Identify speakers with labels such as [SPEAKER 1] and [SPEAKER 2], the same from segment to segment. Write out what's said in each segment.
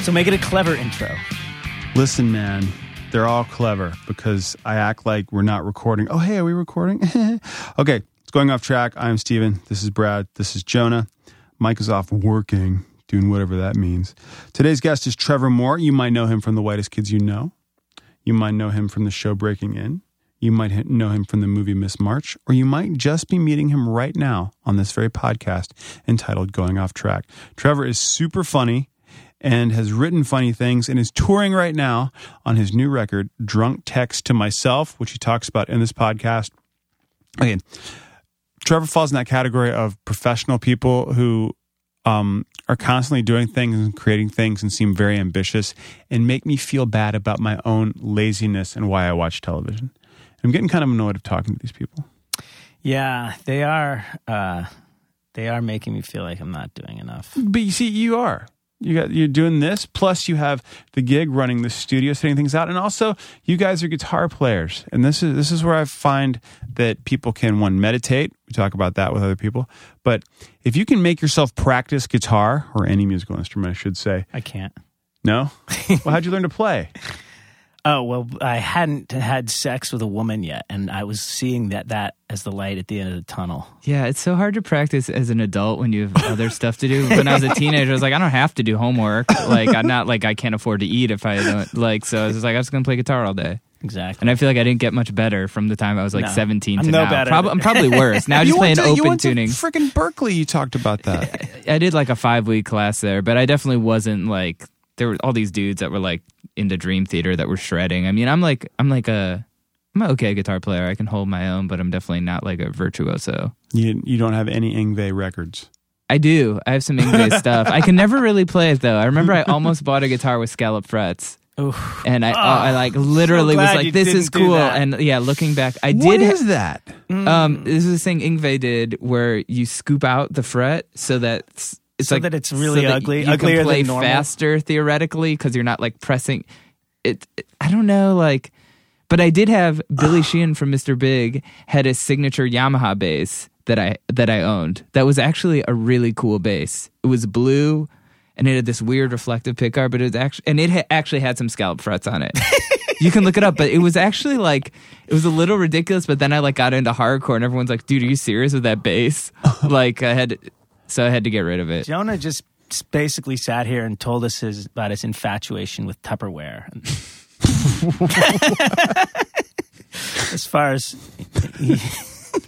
[SPEAKER 1] So make it a clever intro.
[SPEAKER 2] Listen, man, they're all clever because I act like we're not recording. Oh, hey, are we recording? okay, it's going off track. I'm Steven. This is Brad. This is Jonah. Mike is off working, doing whatever that means. Today's guest is Trevor Moore. You might know him from The Whitest Kids You Know. You might know him from the show Breaking In. You might h- know him from the movie Miss March, or you might just be meeting him right now on this very podcast entitled Going Off Track. Trevor is super funny and has written funny things and is touring right now on his new record, Drunk Text to Myself, which he talks about in this podcast. Again, Trevor falls in that category of professional people who um, are constantly doing things and creating things and seem very ambitious and make me feel bad about my own laziness and why I watch television. I'm getting kind of annoyed of talking to these people.
[SPEAKER 1] Yeah, they are. Uh, they are making me feel like I'm not doing enough.
[SPEAKER 2] But you see, you are. You got you're doing this, plus you have the gig running the studio, setting things out, and also you guys are guitar players. And this is this is where I find that people can one meditate. We talk about that with other people. But if you can make yourself practice guitar or any musical instrument, I should say.
[SPEAKER 1] I can't.
[SPEAKER 2] No? well, how'd you learn to play?
[SPEAKER 1] Oh well, I hadn't had sex with a woman yet, and I was seeing that that as the light at the end of the tunnel.
[SPEAKER 3] Yeah, it's so hard to practice as an adult when you have other stuff to do. When I was a teenager, I was like, I don't have to do homework. Like, I'm not like I can't afford to eat if I don't like. So I was just like, I'm just gonna play guitar all day.
[SPEAKER 1] Exactly.
[SPEAKER 3] And I feel like I didn't get much better from the time I was like
[SPEAKER 1] No.
[SPEAKER 3] 17 to
[SPEAKER 1] I'm no
[SPEAKER 3] now.
[SPEAKER 1] better.
[SPEAKER 3] Prob- I'm probably worse now. I
[SPEAKER 2] you
[SPEAKER 3] just playing
[SPEAKER 2] went to, you
[SPEAKER 3] open
[SPEAKER 2] went
[SPEAKER 3] tuning.
[SPEAKER 2] To freaking Berkeley, you talked about that.
[SPEAKER 3] I did like a five week class there, but I definitely wasn't like there were all these dudes that were like into Dream Theater that were shredding. I mean, I'm like I'm like a I'm an okay guitar player. I can hold my own, but I'm definitely not like a virtuoso.
[SPEAKER 2] you, you don't have any Ingve records.
[SPEAKER 3] I do. I have some Ingve stuff. I can never really play it though. I remember I almost bought a guitar with scallop frets.
[SPEAKER 1] Oof.
[SPEAKER 3] And I, I like literally was
[SPEAKER 1] Ah, glad you
[SPEAKER 3] like, "This
[SPEAKER 1] didn't
[SPEAKER 3] is
[SPEAKER 1] do
[SPEAKER 3] cool."
[SPEAKER 1] that.
[SPEAKER 3] And yeah, looking back, I
[SPEAKER 2] what
[SPEAKER 3] did. ha-
[SPEAKER 2] is that?
[SPEAKER 1] Mm.
[SPEAKER 3] um, this is a thing Ingve did where you scoop out the fret so that it's it's
[SPEAKER 1] So
[SPEAKER 3] like
[SPEAKER 1] that it's really
[SPEAKER 3] that
[SPEAKER 1] ugly,
[SPEAKER 3] You can
[SPEAKER 1] uglier than
[SPEAKER 3] play
[SPEAKER 1] normal?
[SPEAKER 3] faster theoretically because you're not like pressing it, it- I don't know, like, but I did have Billy Sheehan from Mr. Big had a signature Yamaha bass that I that I owned that was actually a really cool bass. It was blue. And it had this weird reflective pickguard, but it was actually and it ha- actually had some scallop frets on it. you can look it up but it was actually like it was a little ridiculous but then i like got into hardcore and everyone's like dude are you serious with that bass like i had so i had to get rid of it
[SPEAKER 1] Jonah just s- basically sat here and told us his, about his infatuation with Tupperware. as far as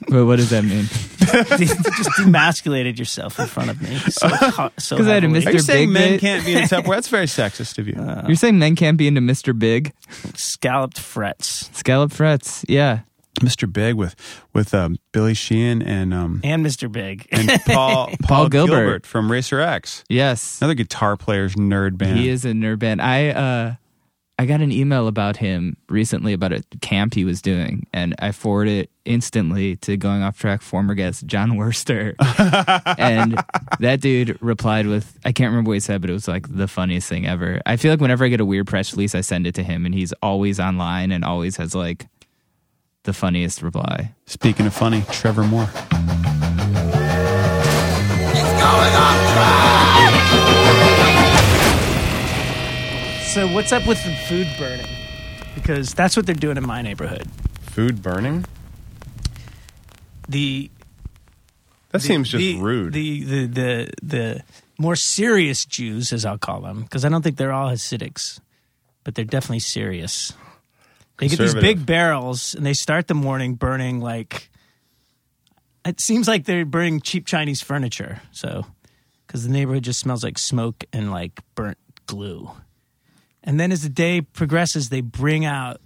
[SPEAKER 3] but what does that mean
[SPEAKER 1] you just demasculated yourself in front of me. So, ho- so
[SPEAKER 3] 'Cause I had a
[SPEAKER 1] heavily.
[SPEAKER 2] Are
[SPEAKER 3] Mr.
[SPEAKER 2] you saying
[SPEAKER 3] Big
[SPEAKER 2] men
[SPEAKER 3] Bit?
[SPEAKER 2] can't be in a Tupperware? That's very sexist of you.
[SPEAKER 3] you're saying men can't be into mr big
[SPEAKER 1] scalloped frets
[SPEAKER 3] scallop frets yeah
[SPEAKER 2] Mr. Big with with um, Billy Sheehan and um,
[SPEAKER 1] and Mr. Big.
[SPEAKER 2] and Paul Paul,
[SPEAKER 3] Gilbert.
[SPEAKER 2] from Racer X,
[SPEAKER 3] yes
[SPEAKER 2] another guitar player's nerd band.
[SPEAKER 3] he is a nerd band i uh i got an email about him recently about a camp he was doing and i forwarded it instantly to going off track former guest john worster and that dude replied with I can't remember what he said, but it was like the funniest thing ever. I feel like whenever I get a weird press release, I send it to him, and he's always online and always has like the funniest reply.
[SPEAKER 2] Speaking of funny, Trevor Moore.
[SPEAKER 1] So what's up with the food burning? Because that's what they're doing in my neighborhood.
[SPEAKER 2] Food burning?
[SPEAKER 1] The
[SPEAKER 2] That
[SPEAKER 1] the-
[SPEAKER 2] seems just
[SPEAKER 1] the-
[SPEAKER 2] rude.
[SPEAKER 1] The the the the more serious Jews, as I'll call them, because I don't think they're all Hasidics, but they're definitely serious. They get these
[SPEAKER 2] Conservative.
[SPEAKER 1] big barrels and they start the morning burning like. It seems like they're burning cheap Chinese furniture, so because the neighborhood just smells like smoke and like burnt glue. And then as the day progresses, they bring out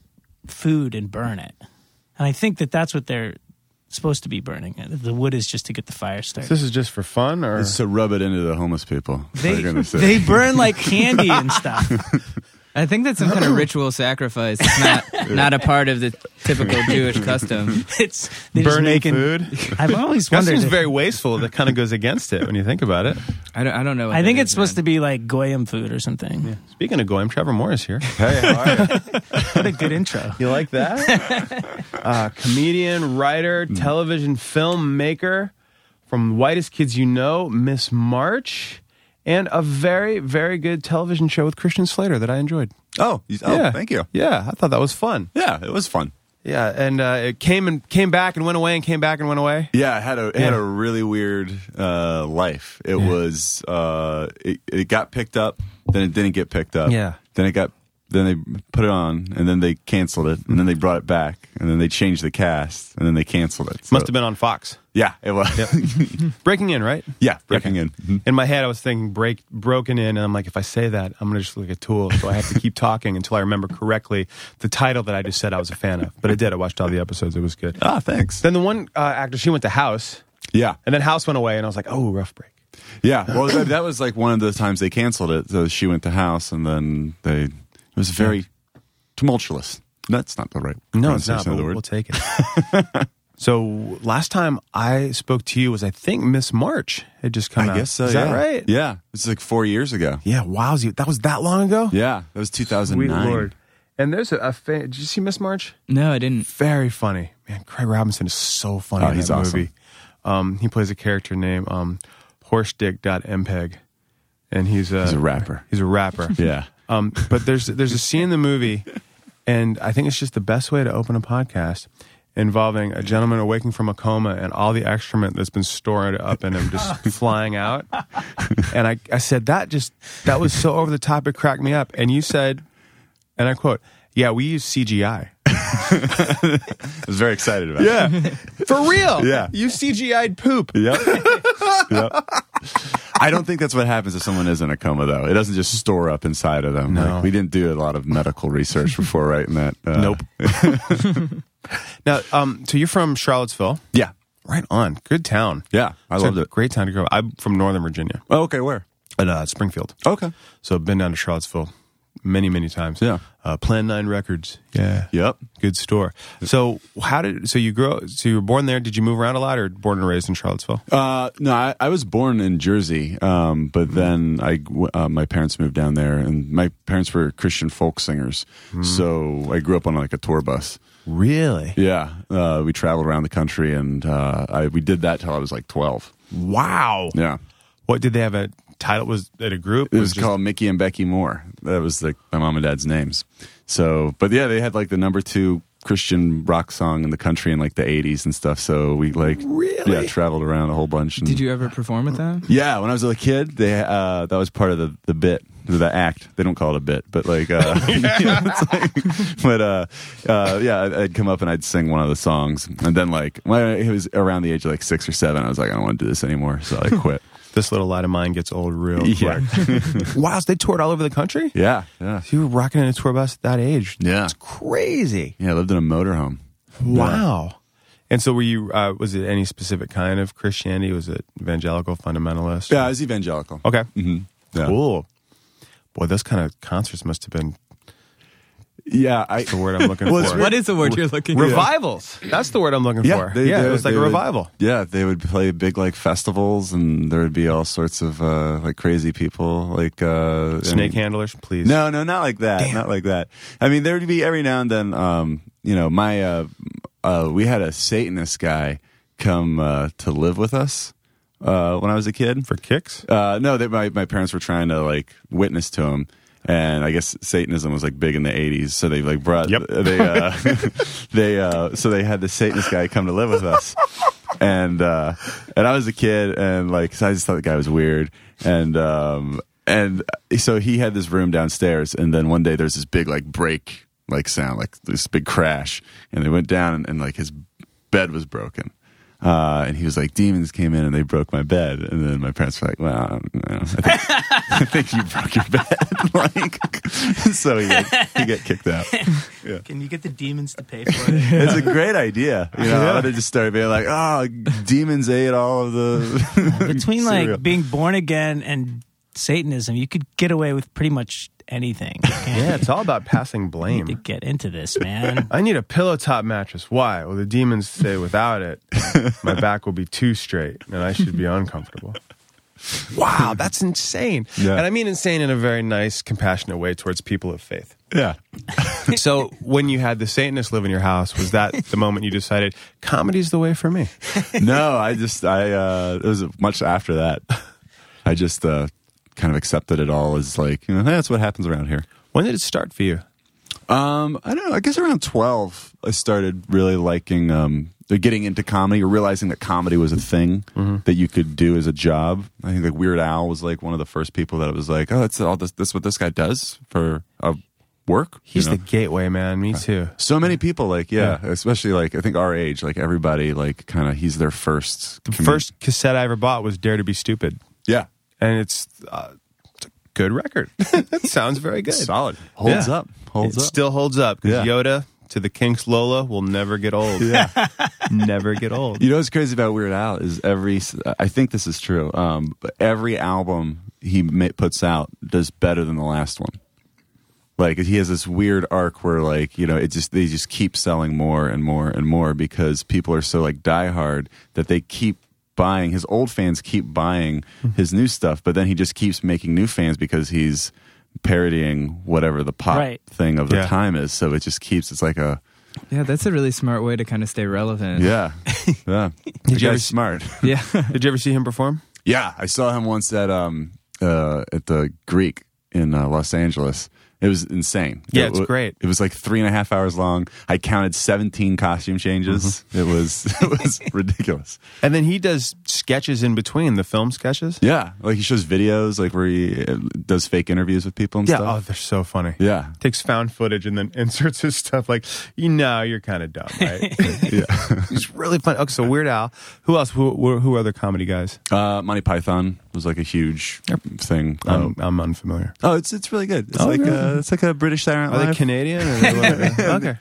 [SPEAKER 1] food and burn it. And I think that that's what they're supposed to be burning. The wood is just to get the fire started.
[SPEAKER 2] this is just for fun, or
[SPEAKER 4] It's to rub it into the homeless people. That's
[SPEAKER 1] they,
[SPEAKER 4] what you're gonna say.
[SPEAKER 1] they burn like candy and stuff.
[SPEAKER 3] I think that's some kind of ritual sacrifice. It's not not a part of the typical Jewish custom.
[SPEAKER 1] It's they're just
[SPEAKER 2] burning
[SPEAKER 1] making-
[SPEAKER 2] food?
[SPEAKER 1] I've always
[SPEAKER 2] That
[SPEAKER 1] wondered.
[SPEAKER 2] seems
[SPEAKER 1] if-
[SPEAKER 2] very wasteful. That kind of goes against it when you think about it.
[SPEAKER 3] I don't, I don't know.
[SPEAKER 1] I think it's supposed to be like goyim food or something.
[SPEAKER 2] Speaking of going, Trevor Moore is here.
[SPEAKER 4] Hey, how are you?
[SPEAKER 1] What a good intro.
[SPEAKER 2] You like that? uh, comedian, writer,
[SPEAKER 4] Hmm.
[SPEAKER 2] television filmmaker from Whitest Kids You Know, Miss March, and a very, very good television show with Christian Slater that I enjoyed.
[SPEAKER 4] Oh, you- oh,
[SPEAKER 2] yeah.
[SPEAKER 4] thank you.
[SPEAKER 2] Yeah, I thought that was fun.
[SPEAKER 4] Yeah, it was fun.
[SPEAKER 2] Yeah, and uh, it came and came back and went away and came back and went away.
[SPEAKER 4] Yeah, it had a it had
[SPEAKER 2] Yeah.
[SPEAKER 4] a really weird uh, life. It was uh, it, it got picked up, then it didn't get picked up.
[SPEAKER 2] Yeah.
[SPEAKER 4] Then it got then they put it on, and then they canceled it, and then they brought it back, and then they changed the cast, and then they canceled it. So-
[SPEAKER 2] Must have been on Fox.
[SPEAKER 4] Yeah, it was.
[SPEAKER 2] Breaking in, right?
[SPEAKER 4] yeah, breaking in. Mhm.
[SPEAKER 2] In my head, I was thinking break broken in, and I'm like, if I say that, I'm gonna just look like a tool. So I have to keep talking until I remember correctly the title that I just said I was a fan of. But I did. I watched all the episodes. It was good.
[SPEAKER 4] Ah, thanks.
[SPEAKER 2] Then the one uh, actor, she went to House,
[SPEAKER 4] Yeah,
[SPEAKER 2] and then House went away, and I was like, oh, rough break.
[SPEAKER 4] yeah. Well, that, that was like one of the times they canceled it. So she went to house, and then they. It was very tumultuous. That's not the right.
[SPEAKER 2] No, it's
[SPEAKER 4] pronunciation
[SPEAKER 2] not.
[SPEAKER 4] of
[SPEAKER 2] But
[SPEAKER 4] the
[SPEAKER 2] we'll
[SPEAKER 4] word.
[SPEAKER 2] take it. so last time I spoke to you was I think Miss March had just come out.
[SPEAKER 4] I guess so.
[SPEAKER 2] Is
[SPEAKER 4] yeah.
[SPEAKER 2] that right?
[SPEAKER 4] Yeah, it's like four years ago.
[SPEAKER 2] Yeah. Wowsy, that was that long ago.
[SPEAKER 4] Yeah, that was two thousand
[SPEAKER 2] Sweet
[SPEAKER 4] nine.
[SPEAKER 2] lord. And there's a, a fan. Did you see Miss March?
[SPEAKER 3] No, I didn't.
[SPEAKER 2] Very funny, man. Craig Robinson is so funny.
[SPEAKER 4] Oh,
[SPEAKER 2] in
[SPEAKER 4] he's
[SPEAKER 2] that
[SPEAKER 4] awesome.
[SPEAKER 2] Movie. Um, he plays a character named um, Horsedick.mpeg, and he's a
[SPEAKER 4] He's a rapper.
[SPEAKER 2] He's a rapper.
[SPEAKER 4] Yeah.
[SPEAKER 2] Um, but there's there's a scene in the movie, and I think it's just the best way to open a podcast involving a gentleman awaking from a coma and all the excrement that's been stored up in him just flying out. And I, I said that just that was so over the top it cracked me up. And you said, and I quote, "Yeah, we use CGI."
[SPEAKER 4] I was very excited about it.
[SPEAKER 2] For real.
[SPEAKER 4] Yeah.
[SPEAKER 2] You CGI'd poop.
[SPEAKER 4] Yeah. Yep. I don't think that's what happens if someone is in a coma, though. It doesn't just store up inside of them.
[SPEAKER 2] No.
[SPEAKER 4] Like, we didn't do a lot of medical research before writing that. Uh,
[SPEAKER 2] Nope. Now, um, so you're from Charlottesville.
[SPEAKER 4] Yeah.
[SPEAKER 2] Right on. Good town.
[SPEAKER 4] Yeah. I
[SPEAKER 2] It's a
[SPEAKER 4] loved it.
[SPEAKER 2] Great town to grow up. I'm from Northern Virginia,
[SPEAKER 4] Oh, okay. Where?
[SPEAKER 2] in uh, Springfield.
[SPEAKER 4] Okay.
[SPEAKER 2] So I've been down to Charlottesville many, many times.
[SPEAKER 4] Yeah.
[SPEAKER 2] Uh, Plan Nine Records. Yeah.
[SPEAKER 4] Yep.
[SPEAKER 2] Good store. So how did so you grow? So you were born there. Did you move around a lot, or born and raised in Charlottesville?
[SPEAKER 4] Uh, no, I, I was born in Jersey, um, but
[SPEAKER 3] Hmm.
[SPEAKER 4] then I w- uh, my parents moved down there, and my parents were Christian folk singers,
[SPEAKER 3] Hmm.
[SPEAKER 4] so I grew up on like a tour bus.
[SPEAKER 2] Really?
[SPEAKER 4] Yeah, uh, we traveled around the country, and uh, I, we did that till I was like twelve.
[SPEAKER 2] Wow.
[SPEAKER 4] Yeah,
[SPEAKER 2] What did they have a title? Was it a group?
[SPEAKER 4] it was
[SPEAKER 2] just-
[SPEAKER 4] called Mickey and Becky Moore. That was like my mom and dad's names. So, but yeah, they had like the number two Christian rock song in the country in like the eighties and stuff. So we like
[SPEAKER 2] Really?
[SPEAKER 4] yeah traveled around a whole bunch. And,
[SPEAKER 3] Did you ever perform with them?
[SPEAKER 4] Yeah, when I was a little kid, they uh, that was part of the the bit, the act. They don't call it a bit, but like, uh, you know, it's like- but uh, uh, yeah, I'd- I'd come up and I'd sing one of the songs, and then like when I it was around the age of like six or seven, I was like, I don't want to do this anymore, so I quit.
[SPEAKER 2] This little light of mine gets old real
[SPEAKER 4] Yeah.
[SPEAKER 2] quick. wow. So they toured all over the country.
[SPEAKER 4] yeah, yeah,
[SPEAKER 2] So you were rocking in a tour bus at that age.
[SPEAKER 4] yeah,
[SPEAKER 2] That's crazy.
[SPEAKER 4] yeah. I lived in a motorhome.
[SPEAKER 2] Wow. And so were you? Uh, was it any specific kind of Christianity? Was it evangelical, fundamentalist?
[SPEAKER 4] Yeah, I was evangelical.
[SPEAKER 2] Okay.
[SPEAKER 4] Mm-hmm. Yeah.
[SPEAKER 2] Oh, Cool. Boy, those kind of concerts must have been
[SPEAKER 4] Yeah, I,
[SPEAKER 2] the word I'm looking
[SPEAKER 4] Well, it's
[SPEAKER 2] for.
[SPEAKER 4] What
[SPEAKER 3] is the word you're looking
[SPEAKER 2] Revivals. That's the word I'm looking for.
[SPEAKER 4] they-
[SPEAKER 2] yeah,
[SPEAKER 4] they-
[SPEAKER 2] it was like
[SPEAKER 4] they
[SPEAKER 2] a
[SPEAKER 4] would-
[SPEAKER 2] revival.
[SPEAKER 4] yeah, they would play big like festivals, and there would be all sorts of uh, like crazy people, like uh, I
[SPEAKER 2] Snake
[SPEAKER 4] mean-
[SPEAKER 2] handlers, please.
[SPEAKER 4] No, no, not like that. Not like that. I mean, there would be every now and then. Um, you know, my uh, uh, we had a Satanist guy come uh, to live with us uh, when I was a kid.
[SPEAKER 2] for kicks.
[SPEAKER 4] Uh, no, that my my parents were trying to like witness to him. And I guess Satanism was like big in the '80s, so they like brought
[SPEAKER 2] Yep.
[SPEAKER 4] they uh, they uh, so they had the Satanist guy come to live with us, and uh, and I was a kid, and like so I just thought the guy was weird, and um, and so he had this room downstairs, and then one day there's this big like break like sound, like this big crash, and they went down, and, and like his bed was broken, uh, and he was like, demons came in and they broke my bed. And then my parents were like, well, I, don't know. I, think, I think you broke your bed. like, so he, got- he got kicked out.
[SPEAKER 1] Can you get the demons to pay for it?
[SPEAKER 4] It's a great idea. You know, I would have just started being like, oh, demons ate all of the.
[SPEAKER 1] Between
[SPEAKER 4] Cereal.
[SPEAKER 1] like being born again and Satanism, you could get away with pretty much anything.
[SPEAKER 2] Yeah, it's all about passing
[SPEAKER 1] You need to
[SPEAKER 2] blame.
[SPEAKER 1] get into this, man.
[SPEAKER 2] I need a pillow top mattress. Why? Well, the demons say without it, my back will be too straight and I should be uncomfortable. Wow, that's insane.
[SPEAKER 4] Yeah.
[SPEAKER 2] And I mean insane in a very nice, compassionate way towards people of faith.
[SPEAKER 4] yeah.
[SPEAKER 2] So, when you had the Satanist live in your house, was that the moment you decided comedy's the way for me?
[SPEAKER 4] No, I just, I, uh, it was much after that. I just uh, kind of accepted it all as like you know, that's what happens around here.
[SPEAKER 2] When did it start for you?
[SPEAKER 4] Um, I don't know. I guess around twelve, I started really liking um, or getting into comedy or realizing that comedy was a thing that you could do as a job. I think like Weird Al was like one of the first people that it was like, oh, that's all this. This what this guy does for uh, work. you
[SPEAKER 2] He's
[SPEAKER 4] know?
[SPEAKER 2] the gateway man. Me too.
[SPEAKER 4] so many people like yeah, especially like I think our age, like everybody like kind of he's their first
[SPEAKER 2] The
[SPEAKER 4] comedian.
[SPEAKER 2] first cassette I ever bought was Dare to Be Stupid,
[SPEAKER 4] yeah
[SPEAKER 2] and it's, uh, it's a good record. that sounds very good.
[SPEAKER 4] solid holds
[SPEAKER 2] Yeah.
[SPEAKER 4] up holds
[SPEAKER 2] it
[SPEAKER 4] up
[SPEAKER 2] still holds up because
[SPEAKER 4] Yeah.
[SPEAKER 2] Yoda to the Kinks Lola will never get old.
[SPEAKER 4] yeah.
[SPEAKER 2] never get old.
[SPEAKER 4] You know what's crazy about Weird Al is every I think this is true. Um, but every album he ma- puts out does better than the last one. Like he has this weird arc where like you know it just they just keep selling more and more and more because people are so like diehard that they keep buying his old fans keep buying his new stuff, but then he just keeps making new fans because he's parodying whatever the pop
[SPEAKER 1] Right.
[SPEAKER 4] thing of the
[SPEAKER 2] Yeah.
[SPEAKER 4] time is. So it just keeps it's like a
[SPEAKER 3] Yeah, that's a really smart way to kind of stay relevant.
[SPEAKER 4] yeah yeah.
[SPEAKER 2] Did you ever
[SPEAKER 4] guy's
[SPEAKER 2] s-
[SPEAKER 4] smart?
[SPEAKER 3] Yeah.
[SPEAKER 2] Did you ever see him perform?
[SPEAKER 4] Yeah, I saw him once at um uh at the Greek in uh, Los Angeles. It was insane.
[SPEAKER 2] Yeah,
[SPEAKER 4] It
[SPEAKER 2] it's
[SPEAKER 4] wa-
[SPEAKER 2] great.
[SPEAKER 4] It was like three and a half hours long. I counted seventeen costume changes.
[SPEAKER 2] Mm-hmm.
[SPEAKER 4] It was it was ridiculous.
[SPEAKER 2] And then he does sketches in between the film sketches.
[SPEAKER 4] Yeah, like he shows videos, like where he uh, does fake interviews with people and
[SPEAKER 2] Oh,
[SPEAKER 4] stuff.
[SPEAKER 2] they're so funny.
[SPEAKER 4] Yeah,
[SPEAKER 2] Takes found footage and then inserts his stuff. Like, you know, you're kind of dumb, right? it's really funny. Okay, so Weird Al. Who else? Who who, who are other comedy guys?
[SPEAKER 4] uh, Monty Python was like a huge thing.
[SPEAKER 2] I'm,
[SPEAKER 4] Um,
[SPEAKER 2] I'm unfamiliar.
[SPEAKER 4] oh, it's it's really good. It's
[SPEAKER 2] Oh,
[SPEAKER 4] like
[SPEAKER 2] yeah.
[SPEAKER 4] a, it's like a British Saturday Night
[SPEAKER 2] Are they
[SPEAKER 4] Live,
[SPEAKER 2] Canadian? Or they what? okay.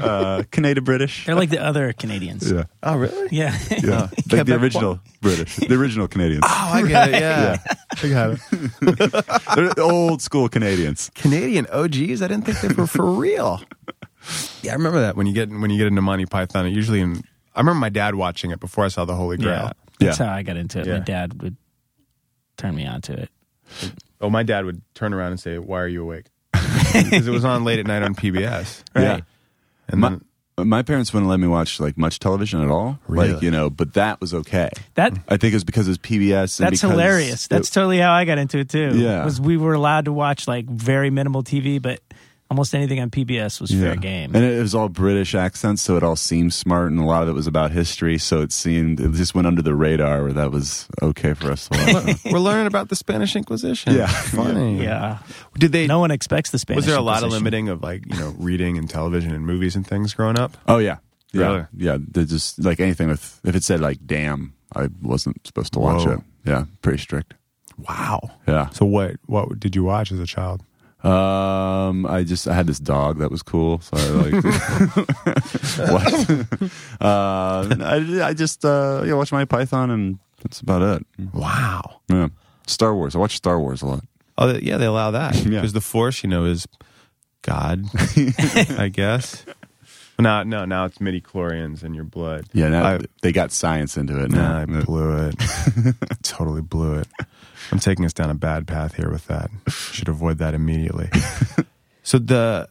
[SPEAKER 4] uh, Canada British.
[SPEAKER 1] They're like the other Canadians.
[SPEAKER 4] Yeah,
[SPEAKER 2] Oh, really?
[SPEAKER 1] Yeah.
[SPEAKER 4] yeah, like the
[SPEAKER 2] Quebecois.
[SPEAKER 4] original British, the original Canadians.
[SPEAKER 2] Oh, I get it. Yeah. I got it.
[SPEAKER 4] They're old school Canadians.
[SPEAKER 2] Canadian OGs. I didn't think they were for real. Yeah, I remember that when you get when you get into Monty Python, it usually in, I remember my dad watching it before I saw the Holy Grail.
[SPEAKER 1] Yeah.
[SPEAKER 4] Yeah.
[SPEAKER 1] That's how I got into it.
[SPEAKER 2] Yeah.
[SPEAKER 1] My dad would turn me on to it.
[SPEAKER 2] Oh, my dad would turn around and say, "Why are you awake?" Because it was on late at night on PBS.
[SPEAKER 4] Yeah.
[SPEAKER 2] And
[SPEAKER 4] My,
[SPEAKER 2] then,
[SPEAKER 4] my parents wouldn't let me watch like much television at all.
[SPEAKER 2] Really?
[SPEAKER 4] Like, you know, but that was okay.
[SPEAKER 1] That
[SPEAKER 4] I think it was because it was PBS. And
[SPEAKER 1] that's
[SPEAKER 4] because
[SPEAKER 1] hilarious. That's
[SPEAKER 4] it-
[SPEAKER 1] totally how I got into it too.
[SPEAKER 4] Yeah.
[SPEAKER 1] Was we were allowed to watch like very minimal TV, but almost anything on PBS was fair game.
[SPEAKER 4] And it was all British accents, so it all seemed smart, and a lot of it was about history, so it seemed it just went under the radar where that was okay for us to watch.
[SPEAKER 2] we're learning about the Spanish Inquisition.
[SPEAKER 4] Yeah.
[SPEAKER 2] funny.
[SPEAKER 1] yeah.
[SPEAKER 2] Did they?
[SPEAKER 1] No one expects the Spanish.
[SPEAKER 2] was there a lot of
[SPEAKER 1] Inquisition.
[SPEAKER 2] limiting of like you know reading and television and movies and things growing up?
[SPEAKER 4] oh yeah, yeah,
[SPEAKER 2] Really?
[SPEAKER 4] yeah. They just like anything with if it said like "damn," I wasn't supposed to watch
[SPEAKER 2] Whoa.
[SPEAKER 4] it. Yeah, pretty strict.
[SPEAKER 2] Wow.
[SPEAKER 4] Yeah.
[SPEAKER 2] So what what did you watch as a child?
[SPEAKER 4] Um, I just I had this dog that was cool, so I like. what? Uh, I, I just uh, yeah, watch my Python, and that's about it.
[SPEAKER 2] Wow.
[SPEAKER 4] Yeah, Star Wars. I watch Star Wars a lot.
[SPEAKER 2] Oh yeah, they allow that because
[SPEAKER 4] Yeah.
[SPEAKER 2] the Force, you know, is God, I guess. No, no, now it's midi chlorians in your blood.
[SPEAKER 4] Yeah, now
[SPEAKER 2] I,
[SPEAKER 4] they got science into it.
[SPEAKER 2] nah,
[SPEAKER 4] Now.
[SPEAKER 2] I blew it. totally blew it. I'm taking us down a bad path here with that. Should avoid that immediately. so the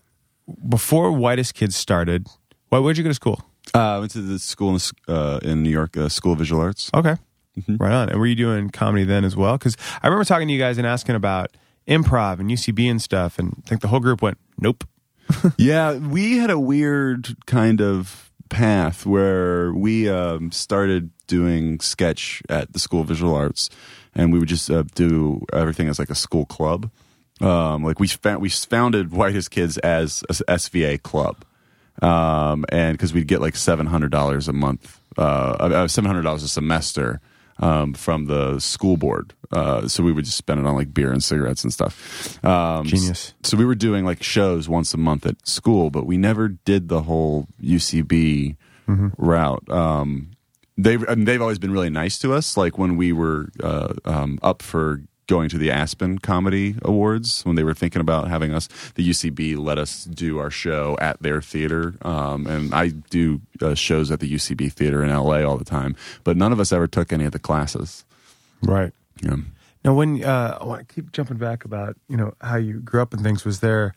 [SPEAKER 2] before whitest kids started, why where'd you go to school?
[SPEAKER 4] Uh, I went to the school in, uh, in New York, uh, School of Visual Arts.
[SPEAKER 2] Okay.
[SPEAKER 4] Mm-hmm.
[SPEAKER 2] Right on. And were you doing comedy then as well? Because I remember talking to you guys and asking about improv and UCB and stuff, and I think the whole group went, nope.
[SPEAKER 4] Yeah, we had a weird kind of path where we um, started doing sketch at the School of Visual Arts, and we would just uh, do everything as like a school club. Um, like we found, we founded Whitest Kids as a SVA club, um, and because we'd get like seven hundred dollars a month, uh, uh, seven hundred dollars a semester um, from the school board. Uh, so we would just spend it on like beer and cigarettes and stuff. Um,
[SPEAKER 2] Genius.
[SPEAKER 4] so we were doing like shows once a month at school, but we never did the whole UCB route. Um, they I mean, they've always been really nice to us. Like when we were uh, um, up for going to the Aspen Comedy Awards, when they were thinking about having us, the UCB let us do our show at their theater. Um, and I do uh, shows at the UCB theater in LA all the time, but none of us ever took any of the classes.
[SPEAKER 2] Right.
[SPEAKER 4] Yeah.
[SPEAKER 2] Now, when uh, I want to keep jumping back about you know how you grew up and things, was there,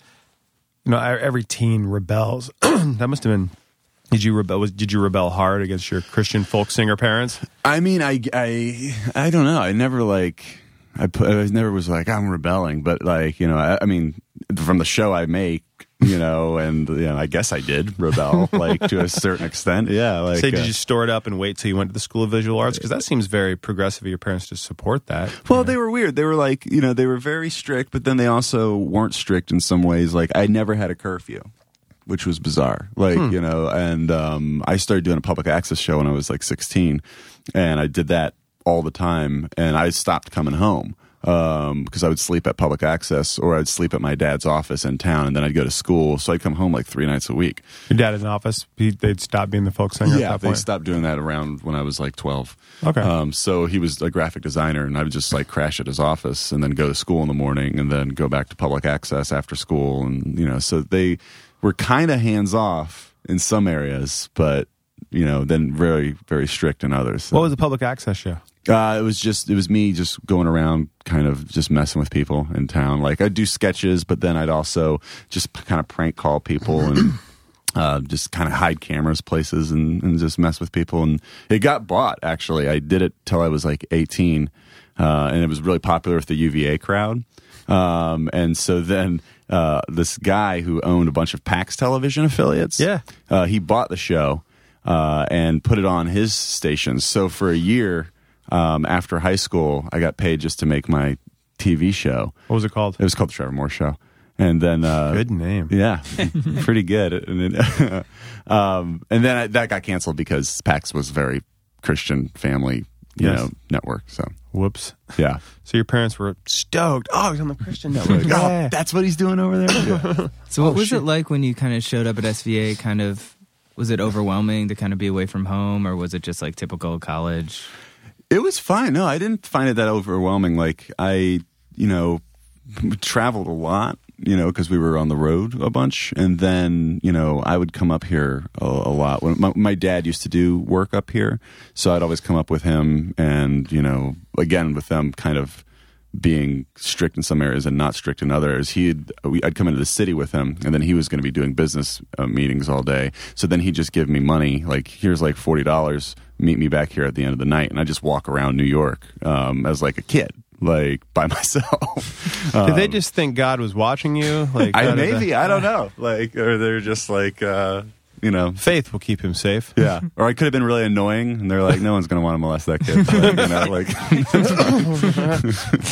[SPEAKER 2] you know, I- every teen rebels. that must have been. Did you rebel? Was, did you rebel hard against your Christian folk singer parents?
[SPEAKER 4] I mean, I, I, I don't know. I never like. I put. I was- never was like I'm rebelling, but like you know, I, I mean, from the show I make, you know, and you know, I guess I did rebel, like to a certain extent. Yeah, like
[SPEAKER 2] Say, did
[SPEAKER 4] uh,
[SPEAKER 2] you store it up and wait till you went to the School of Visual Arts? Because that seems very progressive of your parents to support that.
[SPEAKER 4] Well, they were weird. They were like, you know, they were very strict, but then they also weren't strict in some ways. Like, I never had a curfew, which was bizarre. Like, you know, and um, I started doing a public access show when I was like 16, and I did that all the time, and I stopped coming home um, because I would sleep at public access or I'd sleep at my dad's office in town, and then I'd go to school. So I'd come home like three nights a week.
[SPEAKER 2] Your dad in office, he, they'd stop being the folk singer
[SPEAKER 4] Yeah,
[SPEAKER 2] at that
[SPEAKER 4] they
[SPEAKER 2] point.
[SPEAKER 4] stopped doing that around when I was like twelve.
[SPEAKER 2] Okay.
[SPEAKER 4] Um, so he was a graphic designer, and I would just like crash at his office, and then go to school in the morning, and then go back to public access after school, and you know, so they were kind of hands off in some areas, but you know, then very very strict in others. So,
[SPEAKER 2] what was the public access show?
[SPEAKER 4] uh, it was just it was me just going around, kind of just messing with people in town. Like I'd do sketches, but then I'd also just p- kind of prank call people and. uh, just kind of hide cameras places and, and just mess with people. And it got bought, actually. I did it till I was like 18, uh, and it was really popular with the UVA crowd. Um, and so then uh, this guy who owned a bunch of PAX television affiliates,
[SPEAKER 2] Yeah.
[SPEAKER 4] uh, he bought the show uh, and put it on his station. So for a year um, after high school, I got paid just to make my TV show.
[SPEAKER 2] What was it called?
[SPEAKER 4] It was called The Trevor Moore Show. And then uh,
[SPEAKER 2] Good name.
[SPEAKER 4] yeah, pretty good. And then, um, and then I, that got canceled because PAX was very Christian family, you
[SPEAKER 2] Yes.
[SPEAKER 4] know, network. So
[SPEAKER 2] Whoops.
[SPEAKER 4] yeah,
[SPEAKER 2] So your parents were stoked. Oh, he's on the Christian network.
[SPEAKER 4] oh,
[SPEAKER 2] Yeah.
[SPEAKER 4] that's what he's doing over there. Yeah.
[SPEAKER 3] So what was it like when you kind of showed up at SVA? Kind of was it overwhelming to kind of be away from home, or was it just like typical college?
[SPEAKER 4] It was fine. No, I didn't find it that overwhelming. Like I, you know, traveled a lot, you know, because we were on the road a bunch, and then you know I would come up here a, a lot. When my, my dad used to do work up here, so I'd always come up with him, and you know, again with them kind of being strict in some areas and not strict in others. He'd we, I'd come into the city with him, and then he was going to be doing business uh, meetings all day. So then he'd just give me money, like here's like forty dollars. Meet me back here at the end of the night, and I just walk around New York um, as like a kid, like by myself.
[SPEAKER 2] Did they just think God was watching you? Like
[SPEAKER 4] Um, I
[SPEAKER 2] out of the-
[SPEAKER 4] maybe I don't know, like or they're just like uh, you know.
[SPEAKER 2] faith will keep him safe.
[SPEAKER 4] Yeah, or I could have been really annoying, and they're like, "No one's going to want to molest that kid." Like, you know, like